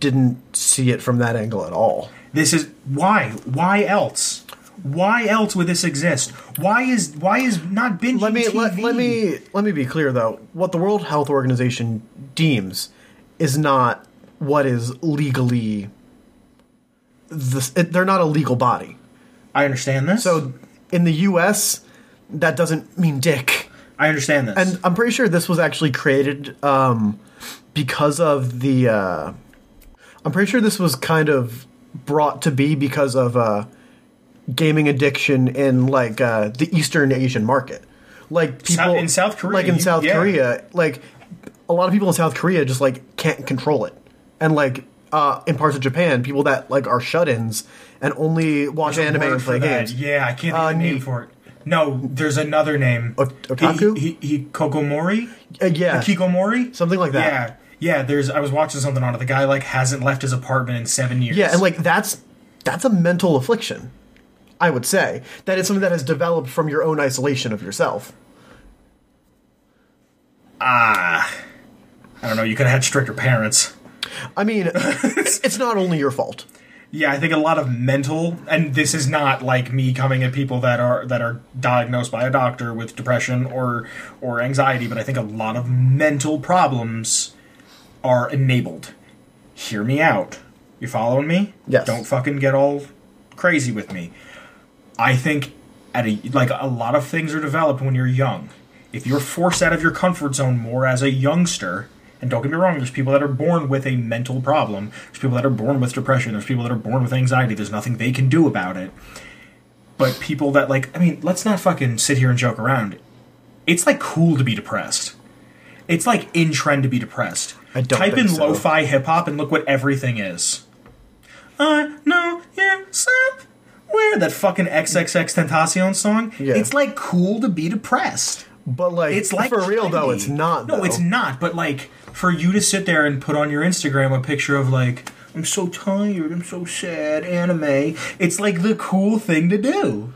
B: didn't see it from that angle at all.
A: this is why? Why else? Why else would this exist? Why is why is not binge?
B: Let me
A: TV?
B: let, let me let me be clear though. What the World Health Organization deems is not what is legally. The, it, they're not a legal body.
A: I understand this.
B: So in the U.S., that doesn't mean dick.
A: I understand this.
B: And I'm pretty sure this was actually created um, because of the. Uh, I'm pretty sure this was kind of brought to be because of uh, gaming addiction in like uh, the Eastern Asian market, like
A: Sou-
B: people
A: in South Korea,
B: like in
A: you-
B: South
A: yeah.
B: Korea, like a lot of people in South Korea just like can't control it, and like uh, in parts of Japan, people that like are shut-ins and only watch
A: There's a
B: anime
A: word
B: and
A: for
B: play
A: that.
B: games. Um,
A: Yeah, I can't think of a name for it. No, there's another name.
B: otaku?
A: Hi- hi- Hikikomori?
B: Uh, yeah.
A: Hikikomori?
B: Something like that.
A: Yeah. Yeah, there's I was watching something on it. The guy like hasn't left his apartment in 7 years.
B: Yeah, and like that's that's a mental affliction, I would say. That is something that has developed from your own isolation of yourself.
A: I don't know, you could have had stricter parents.
B: I mean, it's not only your fault.
A: Yeah, I think a lot of mental and this is not like me coming at people that are that are diagnosed by a doctor with depression or or anxiety, but I think a lot of mental problems are enabled. Hear me out. You following me?
B: Yes.
A: Don't fucking get all crazy with me. I think at a like a lot of things are developed when you're young. If you're forced out of your comfort zone more as a youngster, and don't get me wrong, there's people that are born with a mental problem. There's people that are born with depression. There's people that are born with anxiety. There's nothing they can do about it. But people that like, I mean, let's not fucking sit here and joke around. It's like cool to be depressed. It's like in trend to be depressed.
B: I don't
A: type
B: think
A: in
B: so.
A: lo-fi hip hop and look what everything is. I know yourself. Where that fucking XXX Tentacion song?
B: Yeah.
A: It's like cool to be depressed.
B: But like,
A: It's like
B: for real though,
A: trendy.
B: it's not.
A: No,
B: though.
A: it's not. But like for you to sit there and put on your Instagram a picture of like I'm so tired, I'm so sad, anime. It's like the cool thing to do.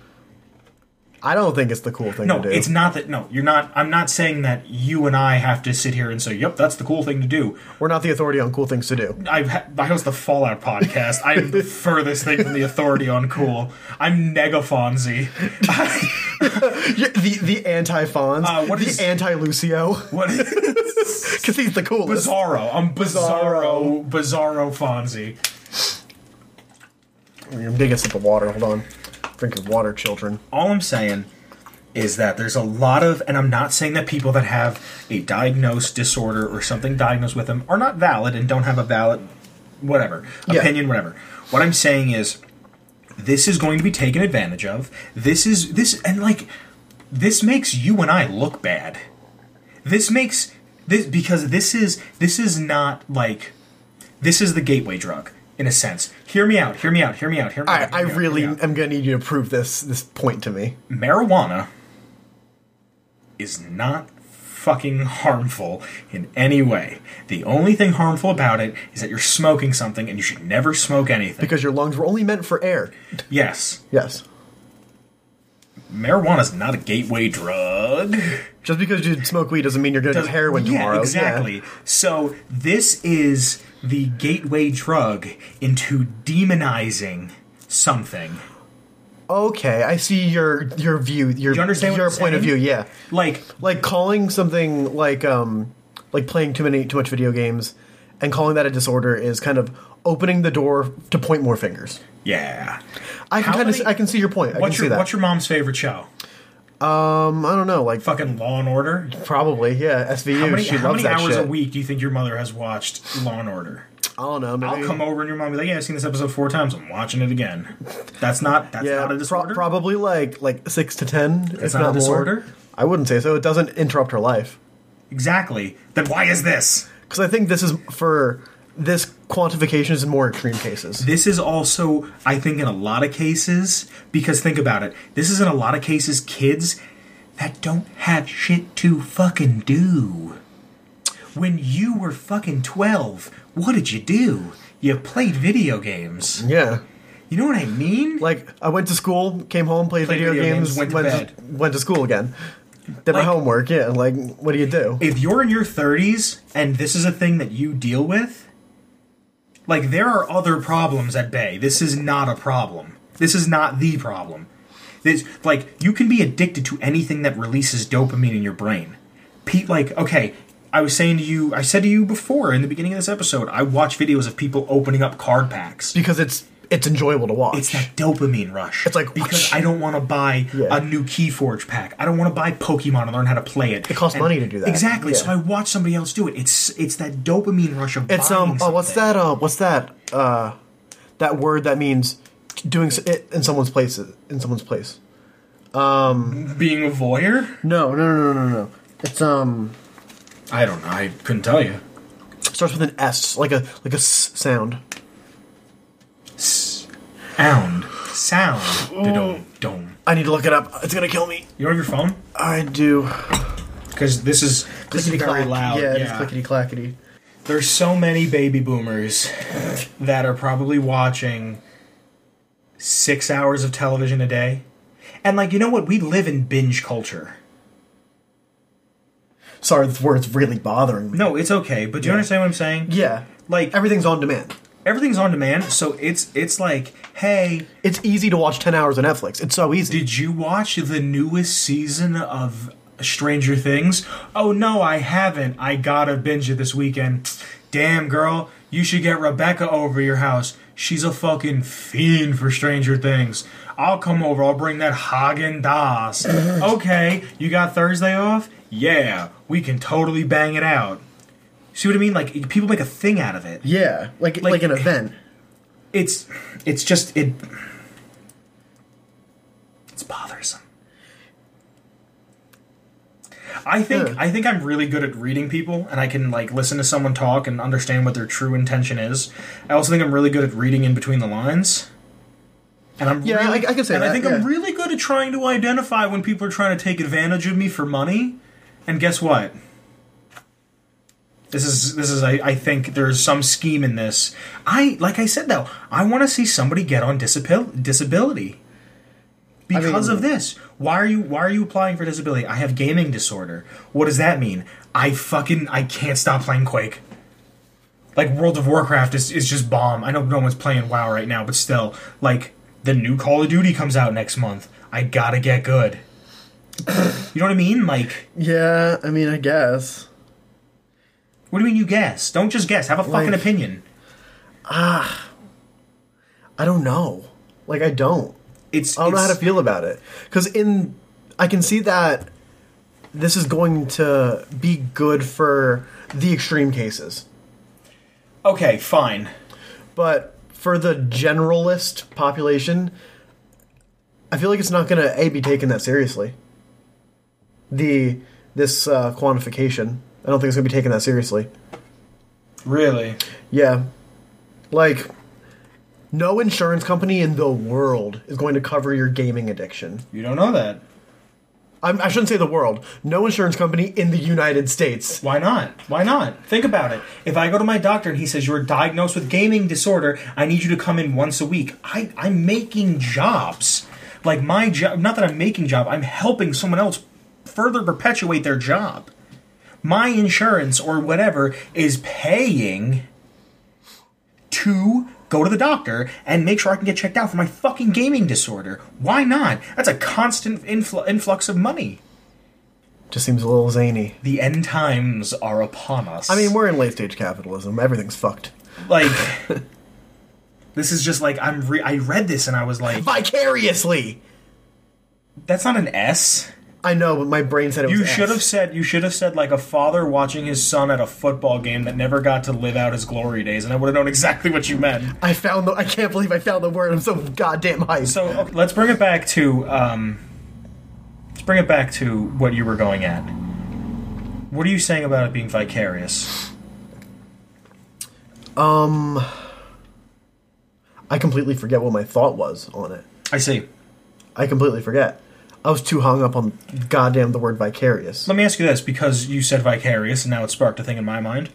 B: I don't think it's the cool thing
A: No,
B: to do.
A: it's not that. No, you're not. I'm not saying that you and I have to sit here and say, "Yep, that's the cool thing to do."
B: We're not the authority on cool things to do.
A: I've ha- I host the Fallout podcast. I'm the furthest thing from the authority on cool. I'm Negafonzie.
B: Yeah, the the anti Fonz,
A: Uh, what
B: the
A: is-
B: anti Lucio,
A: What is
B: because he's the coolest.
A: Bizarro? I'm Bizarro. Bizarro Fonzie.
B: I'm getting a sip of water. Hold on, drinking water, children.
A: all I'm saying is that there's a lot of, and I'm not saying that people that have a diagnosed disorder or something diagnosed with them are not valid and don't have a valid, whatever,
B: Yeah.
A: opinion, whatever. What I'm saying is this is going to be taken advantage of. This is, this, and like, this makes you and I look bad. This makes, this, because this is, this is not like, this is the gateway drug. In a sense, hear me out. Hear me out. Hear me out. Hear me
B: I,
A: out.
B: I
A: hear me out, hear me
B: really
A: out
B: am gonna need you to prove this this point to me.
A: marijuana is not fucking harmful in any way. The only thing harmful about it is that you're smoking something and you should never smoke anything.
B: because your lungs were only meant for air.
A: yes,
B: Yes.
A: marijuana is not a gateway drug.
B: Just because you smoke weed doesn't mean you're going to do heroin
A: yeah,
B: tomorrow.
A: Exactly. So this is the gateway drug into demonizing something.
B: Okay, I see your your view, your
A: You understand what
B: your
A: I'm
B: point of view.
A: saying?
B: Yeah,
A: Like
B: like calling something like um like playing too many too much video games, and calling that a disorder is kind of opening the door to point more fingers.
A: yeah.
B: I can
A: How
B: kind of
A: many-
B: I can see your point. I can
A: What's
B: see
A: your
B: that.
A: what's your mom's favorite show?
B: um, I don't know, like
A: Fucking Law and Order?
B: probably yeah. SVU.
A: How many,
B: she
A: how
B: loves
A: many
B: that
A: hours
B: shit.
A: a week do you think your mother has watched Law and Order?
B: I don't know. Maybe
A: I'll come over and your mom will be like, "Yeah, I've seen this episode four times. I'm watching it again." That's not that's
B: Yeah,
A: not a
B: pro-
A: disorder.
B: probably like like six to ten. if
A: not a
B: not more.
A: disorder?
B: I wouldn't say so. It doesn't interrupt her life
A: exactly. Then why is this?
B: because I think this is for this quantification is in more extreme cases.
A: This is also, I think, in a lot of cases because think about it. This is in a lot of cases kids that don't have shit to fucking do. When you were fucking twelve, what did you do? You played video games.
B: Yeah,
A: You know what I mean?
B: like I went to school, came home, played,
A: Played
B: video,
A: video
B: games,
A: games, went to
B: went to school again, did my
A: Like-
B: homework. Yeah, like what do you do?
A: if you're in your 30s and this is a thing that you deal with, like there are other problems at bay. This is not a problem. This is not the problem. This like you can be addicted to anything that releases dopamine in your brain. Pete like okay, I was saying to you, I said to you before in the beginning of this episode, I watch videos of people opening up card packs.
B: because it's it's enjoyable to watch.
A: It's that dopamine rush.
B: It's like,
A: because
B: whoosh.
A: I don't want to buy
B: Yeah.
A: a new Keyforge pack. I don't want to buy Pokemon and learn how to play it. It
B: costs money to do that.
A: Exactly. So
B: Yeah.
A: I watch somebody else do it. It's it's that dopamine rush of
B: It's um.
A: buying
B: Oh, what's
A: something.
B: that? Uh, what's that? Uh, that word that means doing s- it in someone's place. In someone's place.
A: Being a voyeur?
B: No, no, no, no, no, no. It's um
A: I don't know. I couldn't tell you.
B: starts with an S, like a like a s sound.
A: Sound. Sound. Dome. Dome.
B: I need to look it up. It's gonna kill me.
A: You don't have your phone?
B: I do.
A: Because this is this is very loud.
B: Yeah,
A: Yeah.
B: it's clickety clackety.
A: There's so many baby boomers that are probably watching six hours of television a day. And like, you know what? We live in binge culture.
B: Sorry, this word's really bothering me.
A: No, it's okay, but do you understand what I'm saying?
B: Yeah,
A: Like
B: everything's on demand.
A: everything's on demand, so it's it's like, hey,
B: It's easy to watch ten hours of Netflix. It's so easy.
A: did you watch the newest season of Stranger Things? Oh no, I haven't. I gotta binge it this weekend. Damn, girl, you should get Rebecca over your house. She's a fucking fiend for Stranger Things. I'll come over. I'll bring that Hagen Dazs. okay, you got Thursday off? Yeah, we can totally bang it out. See what I mean? Like people make a thing out of it.
B: Yeah, like like,
A: Like- eh.
B: an event.
A: It's it's just it. It's bothersome. I think
B: Yeah.
A: I think I'm really good at reading people, and I can like listen to someone talk and understand what their true intention is. I also think I'm really good at reading in between the lines. And I'm
B: Yeah,
A: really,
B: I- I can say
A: and I
B: that,
A: think
B: yeah.
A: I'm really good at trying to identify when people are trying to take advantage of me for money. And guess what? This is this is I, I think there's some scheme in this. I like I said though, I want to see somebody get on disabil- disability because
B: mean-
A: of this. Why are you why are you applying for disability? I have gaming disorder. What does that mean? I fucking I can't stop playing Quake. Like World of Warcraft is, is just bomb. I know no one's playing WoW right now, but still, like the new Call of Duty comes out next month. I gotta get good. you know what I mean? Like
B: Yeah, I mean, I guess.
A: What do you mean you guess? Don't just guess. Have a fucking
B: Like-
A: opinion.
B: I don't know. Like, I don't.
A: It's
B: I don't know how
A: it's-
B: to feel about it. Because in, I can see that this is going to be good for the extreme cases,
A: Okay, fine.
B: but for the generalist population, I feel like it's not going to a be taken that seriously. The this uh, quantification, I don't think it's going to be taken that seriously.
A: Really?
B: Yeah. Like, no insurance company in the world is going to cover your gaming addiction.
A: You don't know that.
B: I'm, I shouldn't say the world. No insurance company in the United States.
A: Why not? Why not? Think about it. If I go to my doctor and he says you're diagnosed with gaming disorder, I need you to come in once a week. I, I'm making jobs. Like my job, not that I'm making job, I'm helping someone else further perpetuate their job. My insurance or whatever is paying to go to the doctor and make sure I can get checked out for my fucking gaming disorder. Why not? That's a constant influ- influx of money.
B: Just seems a little zany.
A: The end times are upon us.
B: I mean, we're in late stage capitalism. Everything's fucked.
A: like this is just like I'm re- I read this and I was like
B: Vicariously!
A: that's not an S.
B: I know, but my brain said it was
A: You
B: S.
A: should have said you should have said like a father watching his son at a football game that never got to live out his glory days and I would have known exactly what you meant.
B: I found the. I can't believe I found the word. I'm so goddamn hyped.
A: So okay, let's bring it back to um let's bring it back to what you were going at. What are you saying about it being vicarious?
B: I completely forget what my thought was on it.
A: I see.
B: I completely forget. I was too hung up on goddamn the word vicarious.
A: Let me ask you this because you said vicarious and now it sparked a thing in my mind.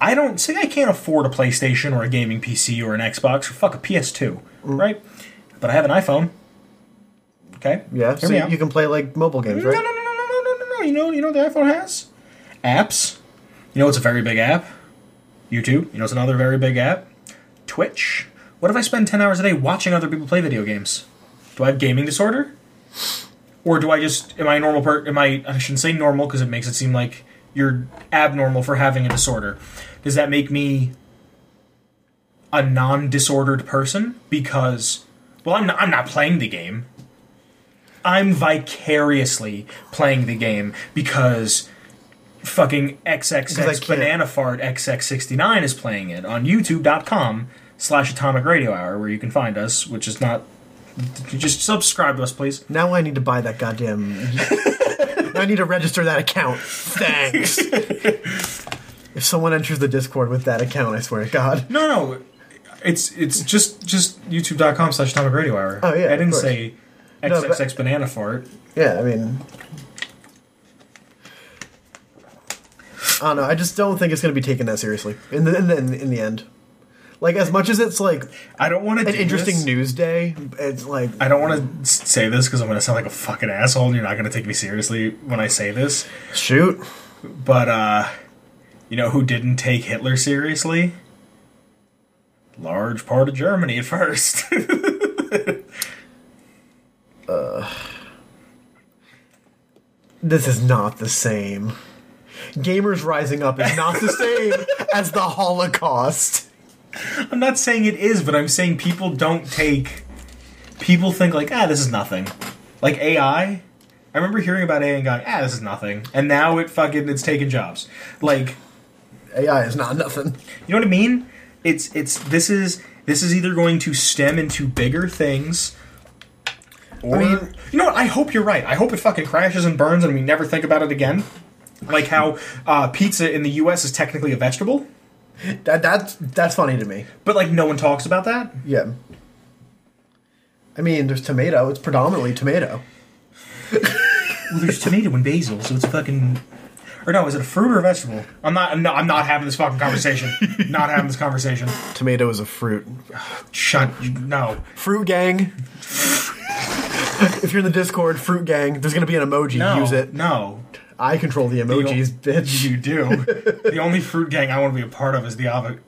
A: I don't say I can't afford a PlayStation or a gaming PC or an Xbox or fuck a PS2,
B: Mm.
A: right? But I have an iPhone. Okay?
B: Yeah,
A: Hear
B: so
A: me out.
B: you can play like mobile games,
A: No,
B: right?
A: no, no, no, no, no, no, no, no. You know, you know what the iPhone has? Apps. You know it's a very big app? YouTube. You know it's another very big app? Twitch. What if I spend 10 hours a day watching other people play video games? Do I have gaming disorder? Or do I just am I a normal per am I I shouldn't say normal because it makes it seem like you're abnormal for having a disorder. Does that make me a non-disordered person because well I'm not, I'm not playing the game. I'm vicariously playing the game because fucking
B: I
A: XXX
B: can't.
A: banana fart XX69 is playing it on youtube.com slash atomic radio hour where you can find us, which is not just subscribe to us please.
B: Now I need to buy that goddamn. I need to register that account. Thanks. if someone enters the Discord with that account, I swear to God.
A: No, no, it's it's just just YouTube.com slash Atomic Radio Hour.
B: Oh, yeah,
A: I
B: of
A: didn't
B: course.
A: say
B: No, but-
A: XXX banana fart.
B: Yeah, I mean. I don't know. I just don't think it's going to be taken that seriously in the, in the in the end. Like as much as it's like
A: I don't want to.
B: an interesting news day, it's like
A: I don't want to say this because I'm going to sound like a fucking asshole, and you're not going to take me seriously when I say this.
B: shoot.
A: But uh, you know who didn't take Hitler seriously? Large part of Germany at first.
B: This is not the same. Gamers rising up is not the same as the Holocaust.
A: I'm not saying it is, but I'm saying people don't take. People think like, ah, this is nothing. Like AI, I remember hearing about AI and going, ah, this is nothing, and now it fucking it's taking jobs. Like,
B: AI is not nothing.
A: you know what I mean? It's it's this is this is either going to stem into bigger things. Or,
B: mean-
A: you know what? I hope you're right. I hope it fucking crashes and burns, and we never think about it again. Like how uh, pizza in the U.S. is technically a vegetable,
B: That that's that's funny to me.
A: but like no one talks about that.
B: Yeah. I mean, there's tomato. It's predominantly tomato.
A: Well, there's tomato and basil, so it's fucking. Or no, is it a fruit or a vegetable? I'm not. I'm not, I'm not having this fucking conversation. not having this conversation.
B: Tomato is a fruit.
A: Shut. No.
B: Fruit gang. if you're in the Discord, fruit gang. There's gonna be an emoji.
A: No.
B: Use it.
A: No.
B: I control the emojis, bitch.
A: You do. the only fruit gang I want to be a part of is the avocado.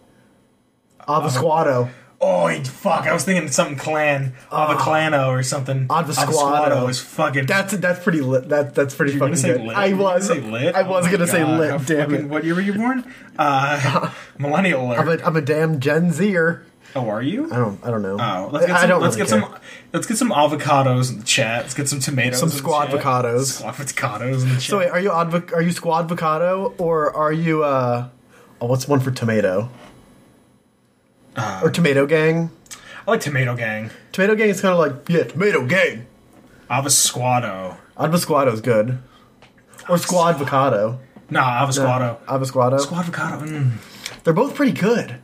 B: Avasquado.
A: Oh you- fuck! I was thinking something clan, avoclano or something.
B: Avasquado.
A: Ah. Avasquado is fucking.
B: That's that's pretty lit. That that's pretty
A: You're gonna
B: fucking
A: say
B: good.
A: lit?
B: I
A: You're gonna
B: was
A: say lit.
B: I was
A: Oh my
B: gonna say
A: God,
B: lit.
A: how
B: damn
A: fucking-
B: it.
A: What year were you born? Uh, millennial alert.
B: I'm a, I'm a damn Gen Zer.
A: oh, are you?
B: I don't I don't know.
A: Oh, let's get
B: I
A: some.
B: don't
A: let's
B: really
A: get
B: care.
A: some. Let's get some avocados in the chat. Let's get some tomatoes.
B: Some
A: in the
B: squad
A: chat.
B: avocados.
A: Squad avocados in the chat.
B: So wait, are you advo- are you squad avocado or are you uh oh what's one for tomato?
A: Uh.
B: or tomato gang?
A: I like tomato gang.
B: Tomato gang is kind of like yeah, tomato gang.
A: Avasquado.
B: Avasquado is good. Or squad avocado.
A: Nah, avasquado.
B: Avasquado.
A: Squad avocado. Mm.
B: They're both pretty good.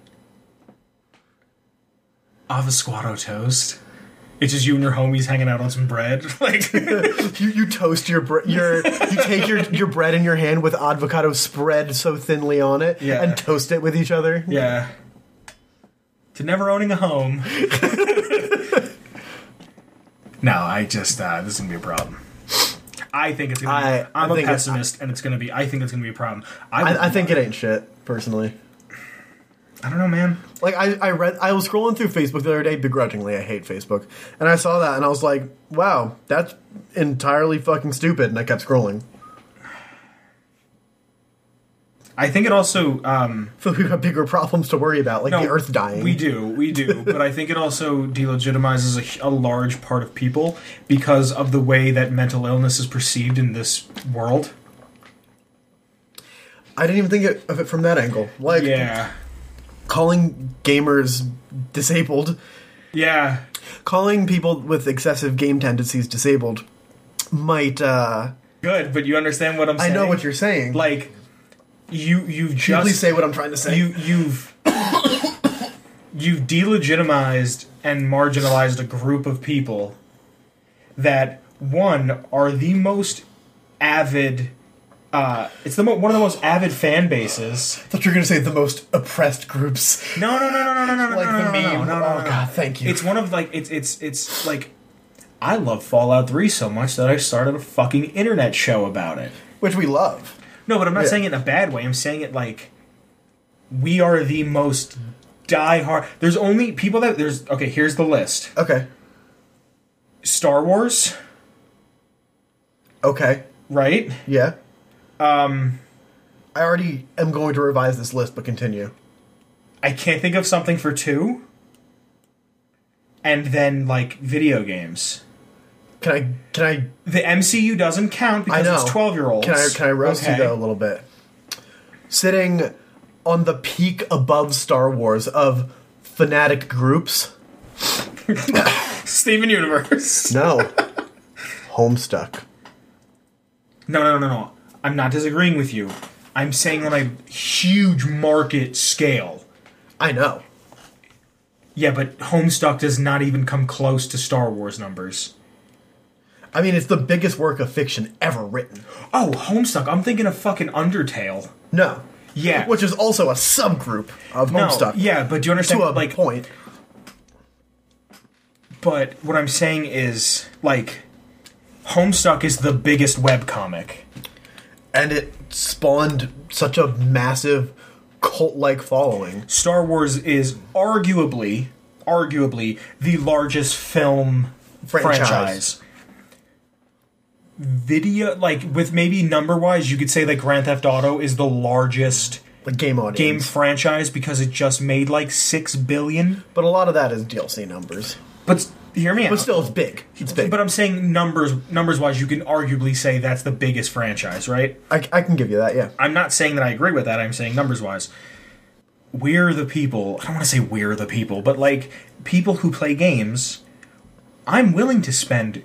A: Avasquado toast. It's just you and your homies hanging out on some bread. like
B: You, you toast your bre- your you take your, your bread in your hand with avocado spread so thinly on it
A: Yeah.
B: and toast it with each other.
A: yeah. To never owning a home. no, I just uh, this is gonna be a problem. I think it's gonna. Be,
B: I- I
A: I'm a
B: think it's-
A: pessimist, and it's gonna be. I think it's gonna be a problem. would
B: I, I think it ain't shit personally.
A: I don't know, man.
B: Like I, I read I was scrolling through Facebook the other day begrudgingly. I hate Facebook. And I saw that and I was like, "Wow, that's entirely fucking stupid." And I kept scrolling.
A: I think it also. Um,
B: So we got bigger problems to worry about, like the
A: No,
B: earth dying.
A: We do, we do, but I think it also delegitimizes a, h- a large part of people because of the way that mental illness is perceived in this world.
B: I didn't even think it, of it from that angle. Like
A: Yeah,
B: calling gamers disabled,
A: yeah,
B: calling people with excessive game tendencies disabled might uh
A: good. But you understand what I'm
B: I
A: saying?
B: know what you're saying.
A: like. You you
B: Can you
A: just
B: please say what I'm trying to say.
A: you you've you've delegitimized and marginalized a group of people that one are the most avid. Uh, it's the mo- one of the most avid fan bases.
B: I thought you were going to say the most oppressed groups.
A: No, no, no, no, no, no, no, no,
B: Like
A: no,
B: the
A: no, no, no,
B: meme.
A: no, no,
B: Oh,
A: no.
B: God, thank you.
A: It's one of like it's it's it's like I love Fallout Three so much that I started a fucking internet show about it.
B: Which we love.
A: No, but I'm not
B: Yeah.
A: saying it in a bad way. I'm saying it like we are the most diehard. There's only people that there's okay. Here's the list:
B: Okay.
A: Star Wars,
B: Okay.
A: right?
B: Yeah. Um,
A: Um,
B: I already am going to revise this list, but continue.
A: I can't think of something for two, and then like video games.
B: Can I? Can I?
A: The MCU doesn't count
B: I
A: because
B: know.
A: it's twelve year olds.
B: Can I? Can I roast you though a little bit? Sitting on the peak above Star Wars of fanatic groups.
A: Steven Universe.
B: No. Homestuck.
A: No, no, no, no, no. I'm not disagreeing with you. I'm saying on a huge market scale.
B: I know.
A: Yeah, but Homestuck does not even come close to Star Wars numbers.
B: I mean, it's the biggest work of fiction ever written.
A: Oh, Homestuck. I'm thinking of fucking Undertale.
B: No.
A: Yeah.
B: Which is also a subgroup of
A: No,
B: Homestuck.
A: yeah, but do you understand?
B: To a
A: like,
B: point.
A: but what I'm saying is, like, Homestuck is the biggest webcomic.
B: And it spawned such a massive cult-like following.
A: Star Wars is arguably, arguably the largest film franchise.
B: Franchise.
A: video like with maybe number wise you could say that grand theft auto is the largest
B: Like game audience.
A: game franchise because it just made like 6 billion
B: But a lot of that is DLC numbers.
A: but s- hear me out
B: But still, it's big. It's big.
A: but i'm saying numbers numbers wise you can arguably say that's the biggest franchise right
B: I, I can give you that, yeah.
A: i'm not saying that i agree with that i'm saying numbers wise we're the people i don't want to say we're the people but like people who play games i'm willing to spend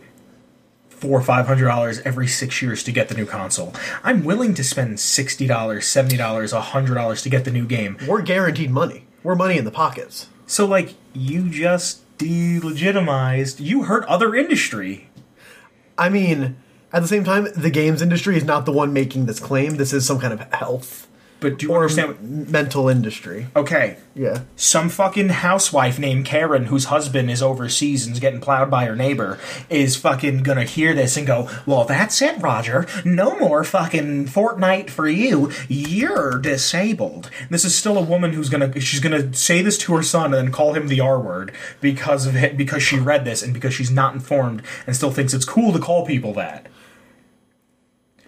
A: four or five hundred dollars every six years to get the new console i'm willing to spend sixty dollars seventy dollars a hundred dollars to get the new game
B: We're guaranteed money. We're money in the pockets.
A: So like you just delegitimized, you hurt other industry.
B: I mean, at the same time, the games industry is not the one making this claim. This is some kind of health
A: But do you
B: or
A: understand? What,
B: m- mental industry.
A: okay,
B: Yeah.
A: some fucking housewife named Karen, whose husband is overseas and is getting plowed by her neighbor, is fucking gonna hear this and go, "Well, that's it, Roger. No more fucking Fortnite for you. You're disabled." This is still a woman who's gonna she's gonna say this to her son and then call him the R word because of it because she read this and because she's not informed and still thinks it's cool to call people that.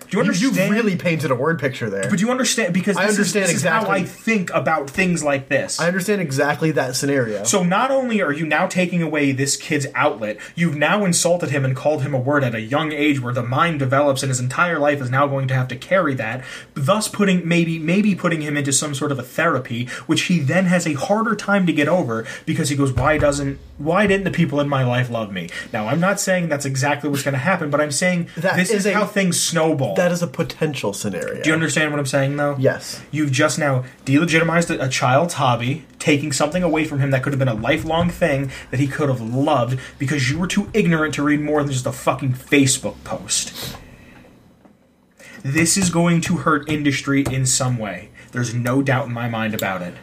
A: Do you
B: You, you
A: understand?
B: really painted a word picture there.
A: but do you understand? Because this is-
B: understand
A: this
B: exactly.
A: is how I think about things like this.
B: I understand exactly that scenario.
A: So not only are you now taking away this kid's outlet, you've now insulted him and called him a word at a young age where the mind develops and his entire life is now going to have to carry that, thus putting maybe maybe putting him into some sort of a therapy, which he then has a harder time to get over because he goes, Why doesn't why didn't the people in my life love me? Now I'm not saying that's exactly what's gonna happen, but I'm saying
B: That
A: this
B: is
A: is,
B: a-
A: how things snowball.
B: that is a potential scenario.
A: Do you understand what I'm saying though?
B: yes.
A: You've just now delegitimized a- a child's hobby, taking something away from him that could have been a lifelong thing that he could have loved because you were too ignorant to read more than just a fucking Facebook post. This is going to hurt industry in some way. There's no doubt in my mind about it.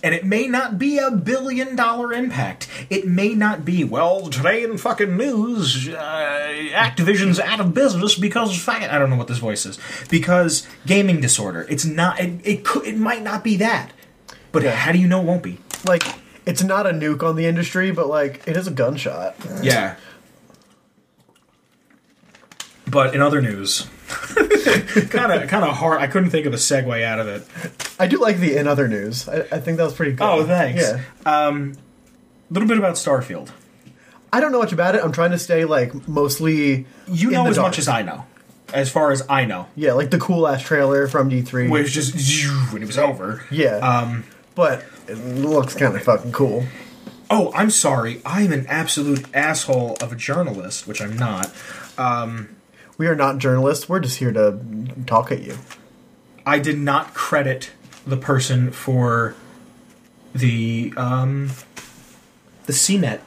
A: And it may not be a billion dollar impact. It may not be, well, today in fucking news, uh, Activision's out of business because fucking- I don't know what this voice is. Because gaming disorder. It's not, it, it, could, it might not be that. But how do you know it won't be?
B: Like, it's not a nuke on the industry, but like, it is a gunshot.
A: Yeah. But in other news, kind of kind of hard. I couldn't think of a segue out of it.
B: I do like the in other news. I, I think that was pretty good.
A: Oh, thanks.
B: Yeah.
A: A little bit about Starfield.
B: I don't know much about it. I'm trying to stay like mostly.
A: You
B: in
A: know
B: the
A: as
B: dark.
A: much as I know, as far as I know.
B: Yeah, like the cool ass trailer from D3.
A: Where it was just zzzz, and it was over.
B: yeah.
A: Um.
B: but it looks kind of fucking cool.
A: Oh, I'm sorry. I'm an absolute asshole of a journalist, which I'm not.
B: We are not journalists. We're just here to talk at you.
A: I did not credit the person for the um the CNET.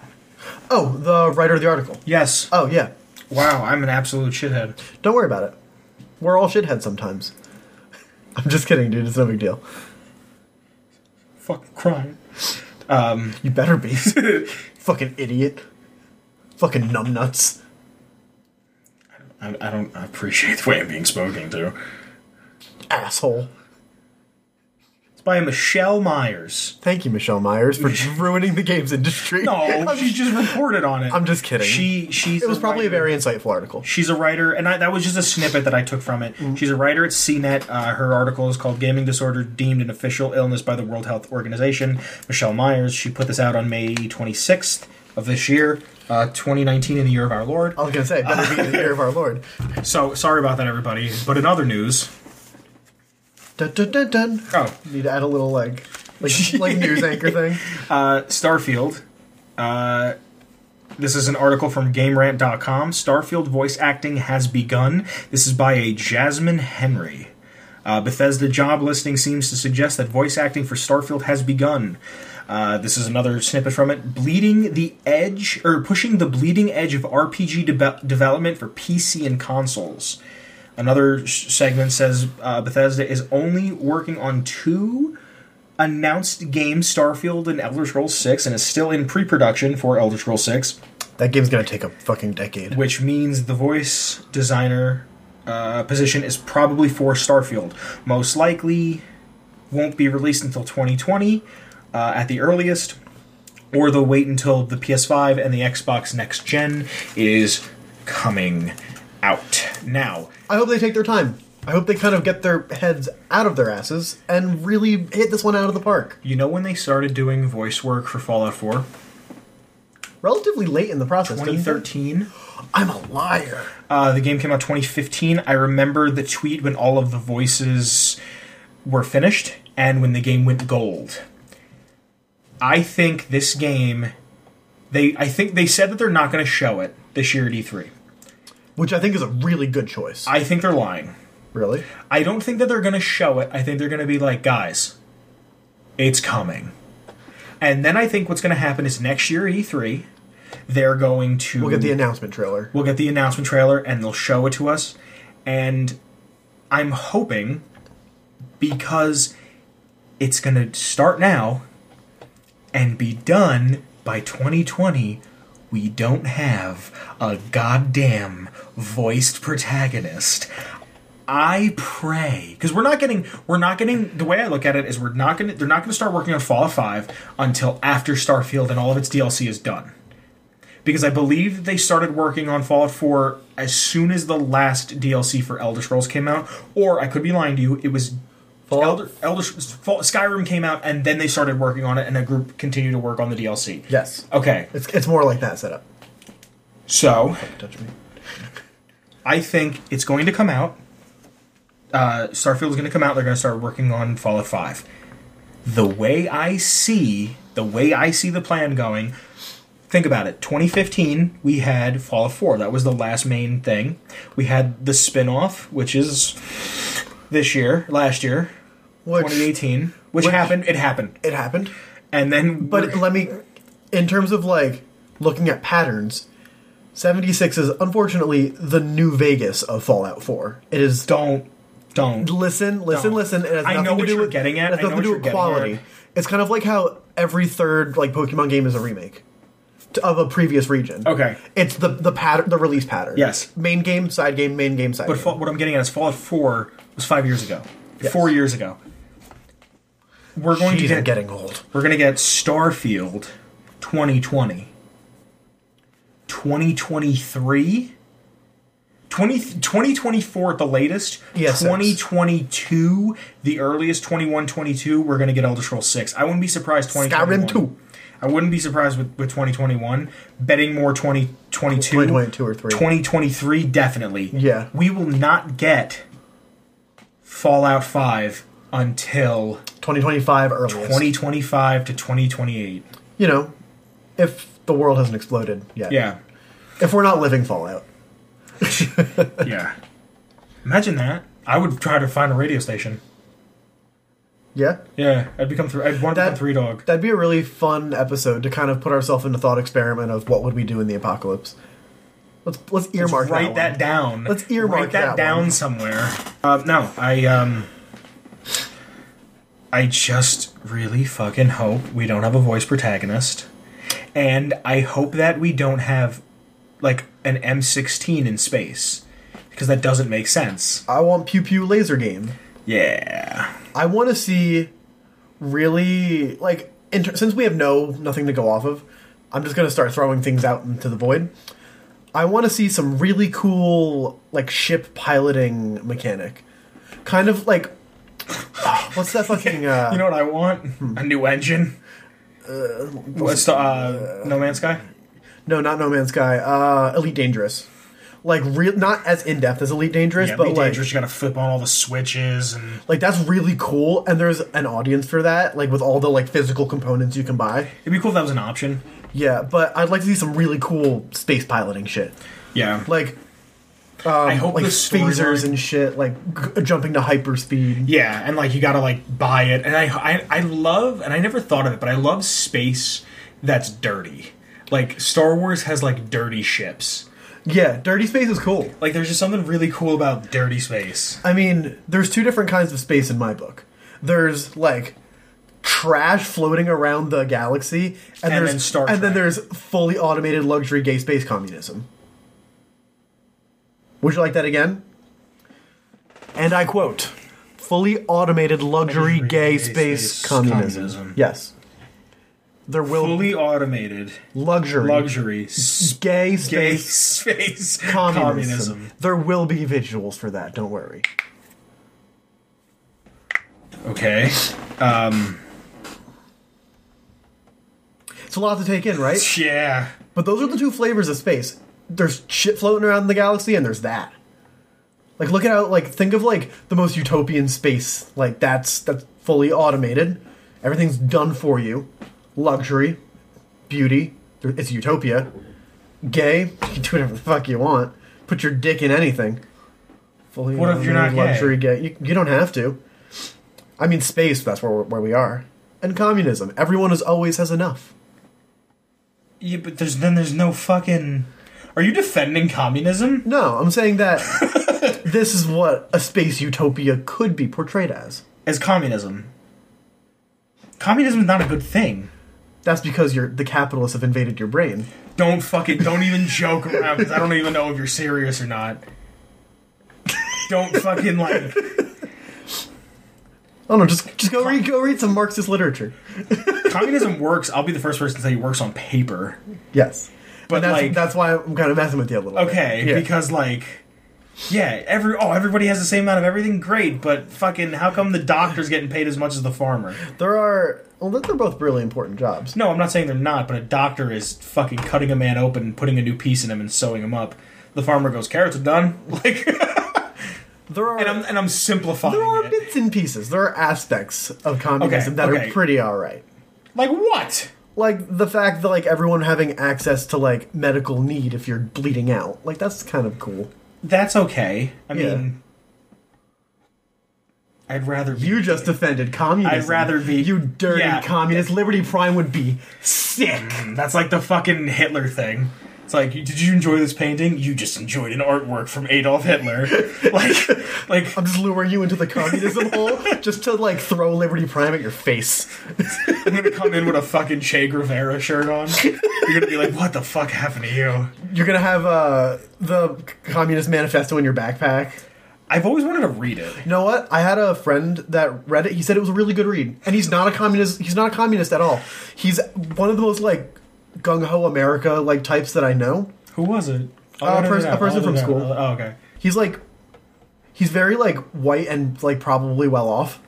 B: Oh, the writer of the article.
A: Yes.
B: Oh, yeah.
A: Wow, I'm an absolute shithead.
B: Don't worry about it. We're all shitheads sometimes. I'm just kidding, dude. It's no big deal.
A: Fucking crying.
B: You better be. fucking idiot. Fucking numbnuts.
A: I, I don't appreciate the way I'm being spoken to.
B: Asshole.
A: It's by Michelle Myers.
B: Thank you, Michelle Myers, for ruining the games industry.
A: No, she just reported on it.
B: I'm just kidding.
A: She she's
B: it was probably a
A: writer.
B: very insightful article.
A: She's a writer, and I, that was just a snippet that I took from it. She's a writer at CNET. Uh, her article is called "Gaming Disorder Deemed an Official Illness by the World Health Organization." Michelle Myers. She put this out on May 26th of this year, uh, 2019, in the year of our Lord.
B: I was gonna say, better be in the year of our Lord.
A: So sorry about that, everybody. But in other news,
B: Dun dun dun dun.
A: oh,
B: Need to add a little like, like, like news anchor thing.
A: uh, Starfield. Uh, this is an article from GameRant.com. Starfield voice acting has begun. This is by a Jasmine Henry. Uh, Bethesda job listing seems to suggest that voice acting for Starfield has begun. Uh, this is another snippet from it. Bleeding the edge, or pushing the bleeding edge of RPG debe- development for PC and consoles. Another s- segment says uh, Bethesda is only working on two announced game Starfield and Elder Scrolls 6 and is still in pre-production for Elder Scrolls 6,
B: That game's gonna take a fucking decade.
A: which means the voice designer uh, position is probably for Starfield. Most likely won't be released until 2020 uh, at the earliest, or they'll wait until the PS5 and the Xbox next gen is coming out. Now,
B: I hope they take their time. I hope they kind of get their heads out of their asses and really hit this one out of the park.
A: you know when they started doing voice work for Fallout 4?
B: Relatively late in the process. didn't they?
A: 2013.
B: I'm a liar.
A: Uh, the game came out 2015. I remember the tweet when all of the voices were finished and when the game went gold. I think this game, they I think they said that they're not going to show it this year at E3.
B: Which I think is a really good choice.
A: I think they're lying.
B: really?
A: I don't think that they're going to show it. I think they're going to be like, guys, it's coming. And then I think what's going to happen is next year at E3, they're going to
B: We'll get the announcement trailer.
A: we'll get the announcement trailer and they'll show it to us. And I'm hoping because it's going to start now and be done by 2020. We don't have a goddamn voiced protagonist. I pray because we're not getting we're not getting the way I look at it is we're not gonna they're not gonna start working on Fallout Five until after Starfield and all of its DLC is done because I believe that they started working on Fallout 4 as soon as the last DLC for Elder Scrolls came out, or I could be lying to you. It was Elder, Elder Fall, Skyrim came out, and then they started working on it, and a group continued to work on the DLC.
B: Yes.
A: Okay,
B: It's, it's more like that setup.
A: so
B: Touch me.
A: I think it's going to come out. Uh, Starfield is going to come out. They're going to start working on Fallout Five. The way I see the way I see the plan going, think about it. 2015, we had Fallout Four. That was the last main thing. We had the spin-off, which is this year, last year,
B: Which
A: 2018, which,
B: which-
A: happened. It happened,
B: it happened.
A: and then
B: But
A: we're-
B: let me, in terms of like looking at patterns, 76 is unfortunately the new Vegas of Fallout 4. It is.
A: don't don't
B: Listen, listen,
A: Don't.
B: listen. It has
A: I know
B: nothing to
A: what
B: do
A: you're
B: with
A: getting at.
B: It has
A: I know
B: nothing to do
A: what
B: with
A: you're getting
B: quality. It's kind of like how every third like Pokemon game is a remake to, of a previous region.
A: Okay.
B: It's the the pattern, the release pattern.
A: Yes.
B: Main game, side game, main game, side
A: But
B: game.
A: Fall, what I'm getting at is Fallout 4 was five years ago, four years ago. We're going
B: Jeez,
A: to
B: I'm
A: get
B: getting old.
A: we're going to get Starfield 2020, 2023, 20, 2024 at the latest,
B: Yes, six.
A: 2022, the earliest 21, 22. We're going to get Elder Scrolls 6. I wouldn't be surprised. 2021.
B: Skyrim 2.
A: I wouldn't be surprised with, with 2021. Betting more 2022.
B: 2022 or 3.
A: 2023 definitely.
B: Yeah.
A: We will not get Fallout 5 until
B: 2025 earliest.
A: 2025 to 2028.
B: You know, if the world hasn't exploded yet.
A: Yeah.
B: If we're not living Fallout.
A: Yeah. Imagine that. I would try to find a radio station.
B: Yeah.
A: Yeah, I'd become three. I'd want to become
B: That-
A: three dog.
B: That'd be a really fun episode to kind of put ourselves in a thought experiment of what would we do in the apocalypse. Let's let's earmark
A: Write
B: that,
A: that,
B: one.
A: down.
B: Let's earmark
A: Write that,
B: that
A: down
B: one.
A: somewhere. Uh, no, I um, I just really fucking hope we don't have a voice protagonist, and I hope that we don't have like an M sixteen in space because that doesn't make sense.
B: I want Pew Pew Laser Game.
A: Yeah,
B: I want to see really like inter- since we have no nothing to go off of, I'm just gonna start throwing things out into the void. I want to see some really cool like ship piloting mechanic, kind of like what's that fucking uh,
A: you know what I want? A new engine. What's the uh, No Man's Sky?
B: no not No Man's Sky uh, Elite Dangerous, like real not as in depth as Elite Dangerous,
A: Yeah,
B: but
A: be
B: like
A: dangerous. You gotta flip on all the switches and.
B: like that's really cool, and there's an audience for that, like with all the like physical components you can buy.
A: It'd be cool if that was an option.
B: Yeah, but I'd like to see some really cool space piloting shit.
A: Yeah.
B: like um,
A: I hope
B: like
A: the
B: phasers
A: storyline-
B: and shit, like g- jumping to hyperspeed.
A: Yeah, and like you gotta like buy it, and I, I I love, and I never thought of it, but I love space that's dirty. Like Star Wars has like dirty ships.
B: Yeah, dirty space is cool.
A: Like there's just something really cool about dirty space.
B: I mean, there's two different kinds of space in my book. There's like trash floating around the galaxy,
A: And
B: and, there's
A: then Star
B: and then
A: Trek.
B: there's fully automated luxury gay space communism. Would you like that again? And I quote: "Fully automated luxury
A: Luxury
B: gay,
A: gay
B: space,
A: space
B: communism.
A: communism.
B: Yes. there will
A: fully
B: be
A: automated
B: luxury,
A: luxury space
B: gay space
A: space
B: communism.
A: communism.
B: There will be visuals for that. Don't worry.
A: Okay.
B: It's a lot to take in, right?
A: Yeah.
B: But those are the two flavors of space. There's shit floating around in the galaxy, and there's that. Like, look at how like think of like the most utopian space. Like that's that's fully automated. Everything's done for you. Luxury, beauty. there- It's utopia. Gay, you can do whatever the fuck you want. Put your dick in anything. Fully
A: What if you're not
B: automated, luxury gay? You, you don't have to. I mean, space. That's where we're, where we are. And communism. Everyone is always has enough.
A: Yeah, but there's then there's no fucking. Are you defending communism?
B: No, I'm saying that this is what a space utopia could be portrayed as.
A: As communism. Communism is not a good thing.
B: That's because you're the capitalists have invaded your brain.
A: Don't fucking don't even joke around because I don't even know if you're serious or not. Don't fucking like.
B: Oh no, just just go read go read some Marxist literature.
A: Communism works. I'll be the first person to say it works on paper.
B: Yes,
A: But,
B: And that's,
A: like-
B: that's why I'm kind of messing with you a little. bit.
A: Okay,
B: Yeah.
A: because like. Yeah, every oh everybody has the same amount of everything. Great, but fucking how come the doctor's getting paid as much as the farmer?
B: there are well, they're both really important jobs.
A: No, I'm not saying they're not, but a doctor is fucking cutting a man open, and putting a new piece in him, and sewing him up. The farmer goes, "Carrots are done." Like,
B: There are
A: and I'm and I'm simplifying
B: there are
A: it.
B: bits and pieces. There are aspects of communism
A: Okay,
B: that
A: okay.
B: are pretty all right.
A: Like what?
B: Like the fact that like everyone having access to like medical need if you're bleeding out. Like that's kind of cool.
A: That's okay. I
B: Yeah.
A: mean, I'd rather be,
B: You just defended communism.
A: I'd rather be-
B: you dirty
A: yeah.
B: communist. Liberty Prime would be sick.
A: That's like the fucking Hitler thing. It's like, did you enjoy this painting? You just enjoyed an artwork from Adolf Hitler. like, like
B: I'm just luring you into the communism hole just to like throw Liberty Prime at your face.
A: I'm gonna come in with a fucking Che Guevara shirt on. You're gonna be like, what the fuck happened to you?
B: You're gonna have uh, the communist manifesto in your backpack.
A: I've always wanted to read it.
B: You know what? I had a friend that read it. He said it was a really good read, and he's not a communist. He's not a communist at all. He's one of the most like gung ho America like types that I know.
A: Who was it? no,
B: Uh,
A: no,
B: pers-
A: no,
B: a person
A: no,
B: from
A: no, no.
B: school.
A: Oh, okay.
B: He's like, he's very like white and like probably well off,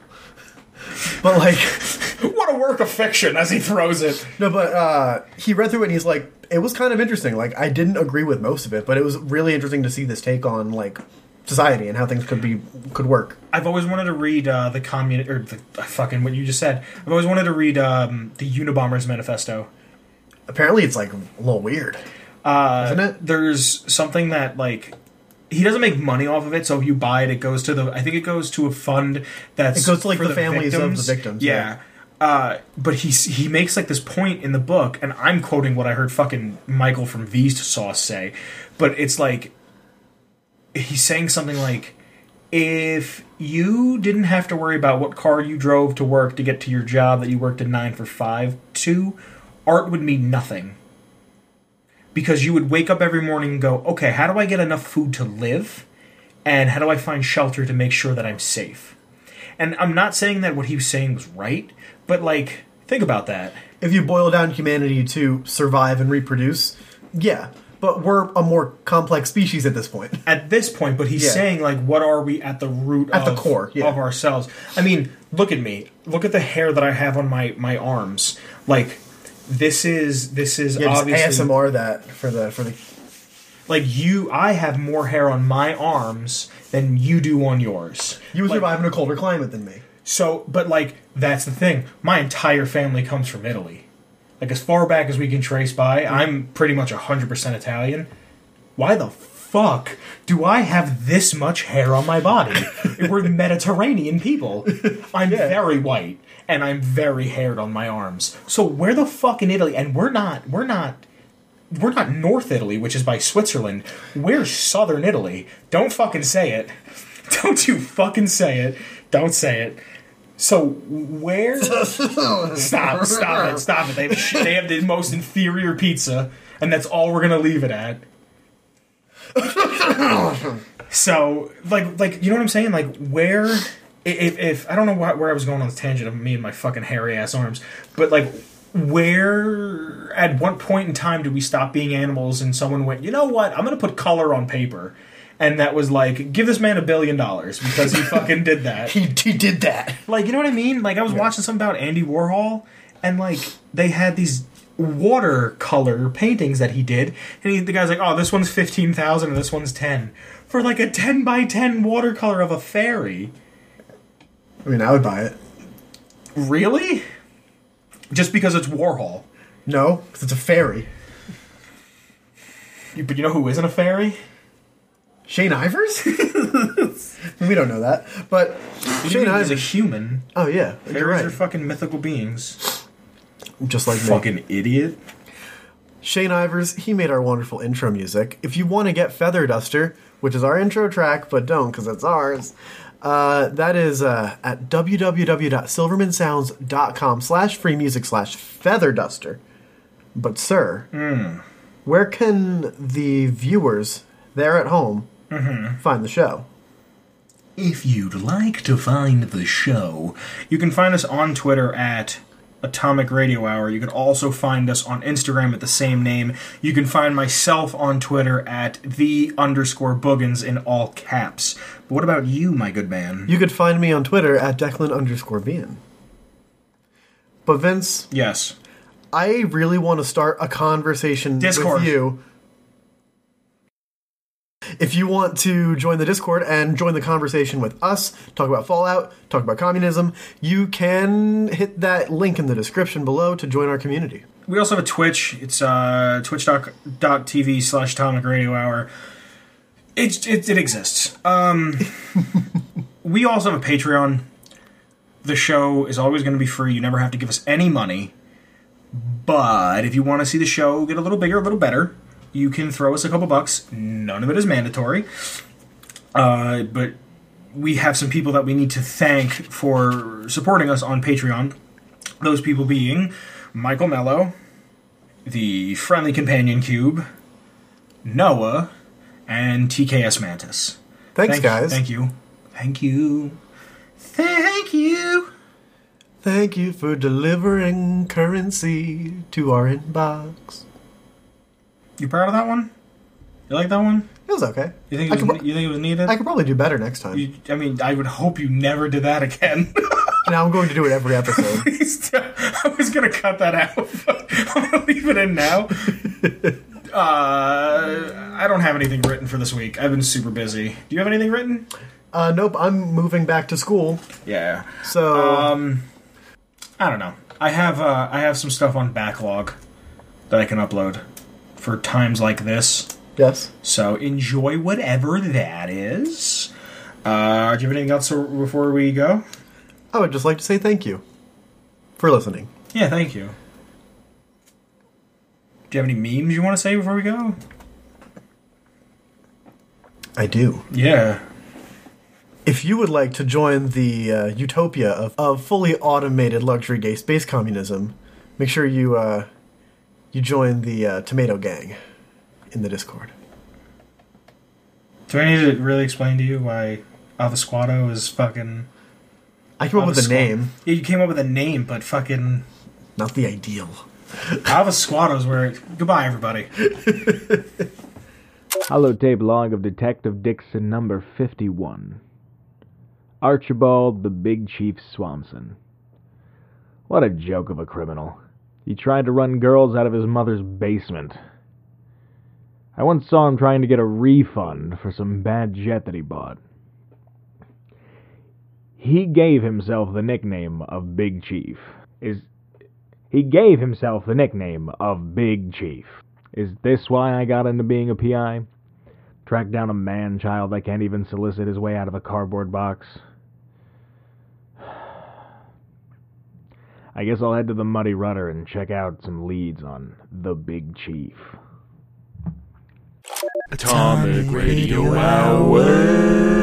B: but like.
A: What a work of fiction as he throws it.
B: No, but uh, he read through it and he's like, it was kind of interesting. Like, I didn't agree with most of it, but it was really interesting to see this take on like society and how things could be could work.
A: I've always wanted to read uh, the communist or the uh, fucking what you just said. I've always wanted to read um, the Unabomber's Manifesto.
B: Apparently, it's like a little weird,
A: Uh,
B: isn't it?
A: There's something that like he doesn't make money off of it, so if you buy it, it goes to the. I think it goes to a fund that's
B: It goes to, like,
A: for
B: the families of the victims,
A: Yeah. Uh, but he he makes like this point in the book, and I'm quoting what I heard fucking Michael from Vsauce say, but it's like he's saying something like if you didn't have to worry about what car you drove to work to get to your job that you worked a nine for five to, art would mean nothing. Because you would wake up every morning and go, okay, how do I get enough food to live? And how do I find shelter to make sure that I'm safe? And I'm not saying that what he was saying was right, but like, think about that.
B: If you boil down humanity to survive and reproduce, yeah. But we're a more complex species at this point.
A: at this point, but he's
B: Yeah.
A: saying like, what are we at the root
B: At
A: of,
B: the core, yeah.
A: of ourselves? I mean, look at me. Look at the hair that I have on my my arms. Like, this is this is
B: Yeah, just
A: obviously
B: ASMR that for the for the
A: like you. I have more hair on my arms than you do on yours.
B: you
A: Like,
B: survive in a colder climate than me.
A: So, but like that's the thing. My entire family comes from Italy. Like as far back as we can trace by, I'm pretty much 100% Italian. Why the fuck do I have this much hair on my body? We're Mediterranean people. I'm very white and I'm very haired on my arms. So where the fuck in Italy and we're not we're not we're not North Italy, which is by Switzerland. We're Southern Italy. Don't fucking say it. Don't you fucking say it. Don't say it. So where? stop! Stop it! Stop it! They have, shit, they have the most inferior pizza, and that's all we're gonna leave it at. so, like, like you know what I'm saying? Like, where? i- If, if I don't know why, where I was going on the tangent of me and my fucking hairy ass arms, but like, where at what point in time did we stop being animals and someone went you know what i'm gonna put color on paper and that was like give this man a billion dollars because he fucking did that
B: He, he did that.
A: like you know what i mean like i was watching something about andy warhol and like they had these watercolor paintings that he did and he, the guy's like oh this one's 15000 and this one's 10 for like a 10 by 10 watercolor of a fairy
B: I mean, I would buy it.
A: really just because it's warhol
B: No, 'cause it's a fairy.
A: You- but you know who isn't a fairy
B: Shane Ivers? we don't know that, but Shane
A: He's a
B: Ivers.
A: human.
B: Oh yeah, you're
A: Fairies
B: right.
A: are fucking mythical beings.
B: Just like me.
A: Fucking idiot.
B: Shane Ivers, he made our wonderful intro music. If you want to get Feather Duster, which is our intro track, but don't because it's ours, uh, that is uh, at www.silvermansounds.com slash free music slash Feather Duster. But sir, where can the viewers there at home find the show?
A: If you'd like to find the show, you can find us on Twitter at Atomic Radio Hour. You can also find us on Instagram at the same name. You can find myself on Twitter at the underscore boogans in all caps. But what about you, my good man?
B: You could find me on Twitter at Declan underscore Bean. But Vince,
A: yes.
B: I really want to start a conversation
A: Discord.
B: with you. If you want to join the Discord and join the conversation with us, talk about Fallout, talk about communism, you can hit that link in the description below to join our community.
A: We also have a Twitch. It's uh, twitch.tv slash Atomic Radio Hour. It, it, it exists. Um, we also have a Patreon. The show is always going to be free. You never have to give us any money. But if you want to see the show get a little bigger, a little better, you can throw us a couple bucks. None of it is mandatory. Uh, but we have some people that we need to thank for supporting us on Patreon. Those people being Michael Mello, the Friendly Companion Cube, Noah, and TKS Mantis.
B: Thanks,
A: Thank-
B: guys.
A: Thank you. Thank you. Thank you.
B: Thank you for delivering currency to our inbox.
A: You proud of that one? You like that one?
B: It was okay.
A: You think
B: I
A: it was,
B: could,
A: you think it was needed?
B: I could probably do better next time.
A: You- I mean, I would hope you never did that again. uh,
B: now I'm going to do it every episode.
A: I was gonna cut that out. but I'm gonna leave it in now. Uh, I don't have anything written for this week. I've been super busy. Do you have anything written?
B: uh, nope, I'm moving back to school,
A: Yeah.
B: so
A: Um, I don't know. I have uh, I have some stuff on backlog that I can upload for times like this.
B: yes.
A: So enjoy whatever that is. Uh, do you have anything else before we go?
B: I would just like to say thank you for listening.
A: Yeah, thank you. Do you have any memes you want to say before we go?
B: I do.
A: Yeah.
B: If you would like to join the uh, utopia of, of fully automated luxury gay space communism, make sure you uh, you join the uh, Tomato Gang in the Discord.
A: Do I need to really explain to you why Avasquado is fucking?
B: I came up with
A: Avasqua-
B: the name,
A: Yeah, you came up with a name, but fucking
B: not the ideal.
A: Avasquado is where. It... Goodbye, everybody.
C: Holotape log of Detective Dixon number 51. Archibald the Big Chief Swanson. What a joke of a criminal. He tried to run girls out of his mother's basement. I once saw him trying to get a refund for some bad jet that he bought. He gave himself the nickname of Big Chief. Is he gave himself the nickname of Big Chief. Is this why I got into being a PI? Track down a man child that can't even solicit his way out of a cardboard box? I guess I'll head to the Muddy Rudder and check out some leads on the Big Chief.
D: Atomic Radio Hour.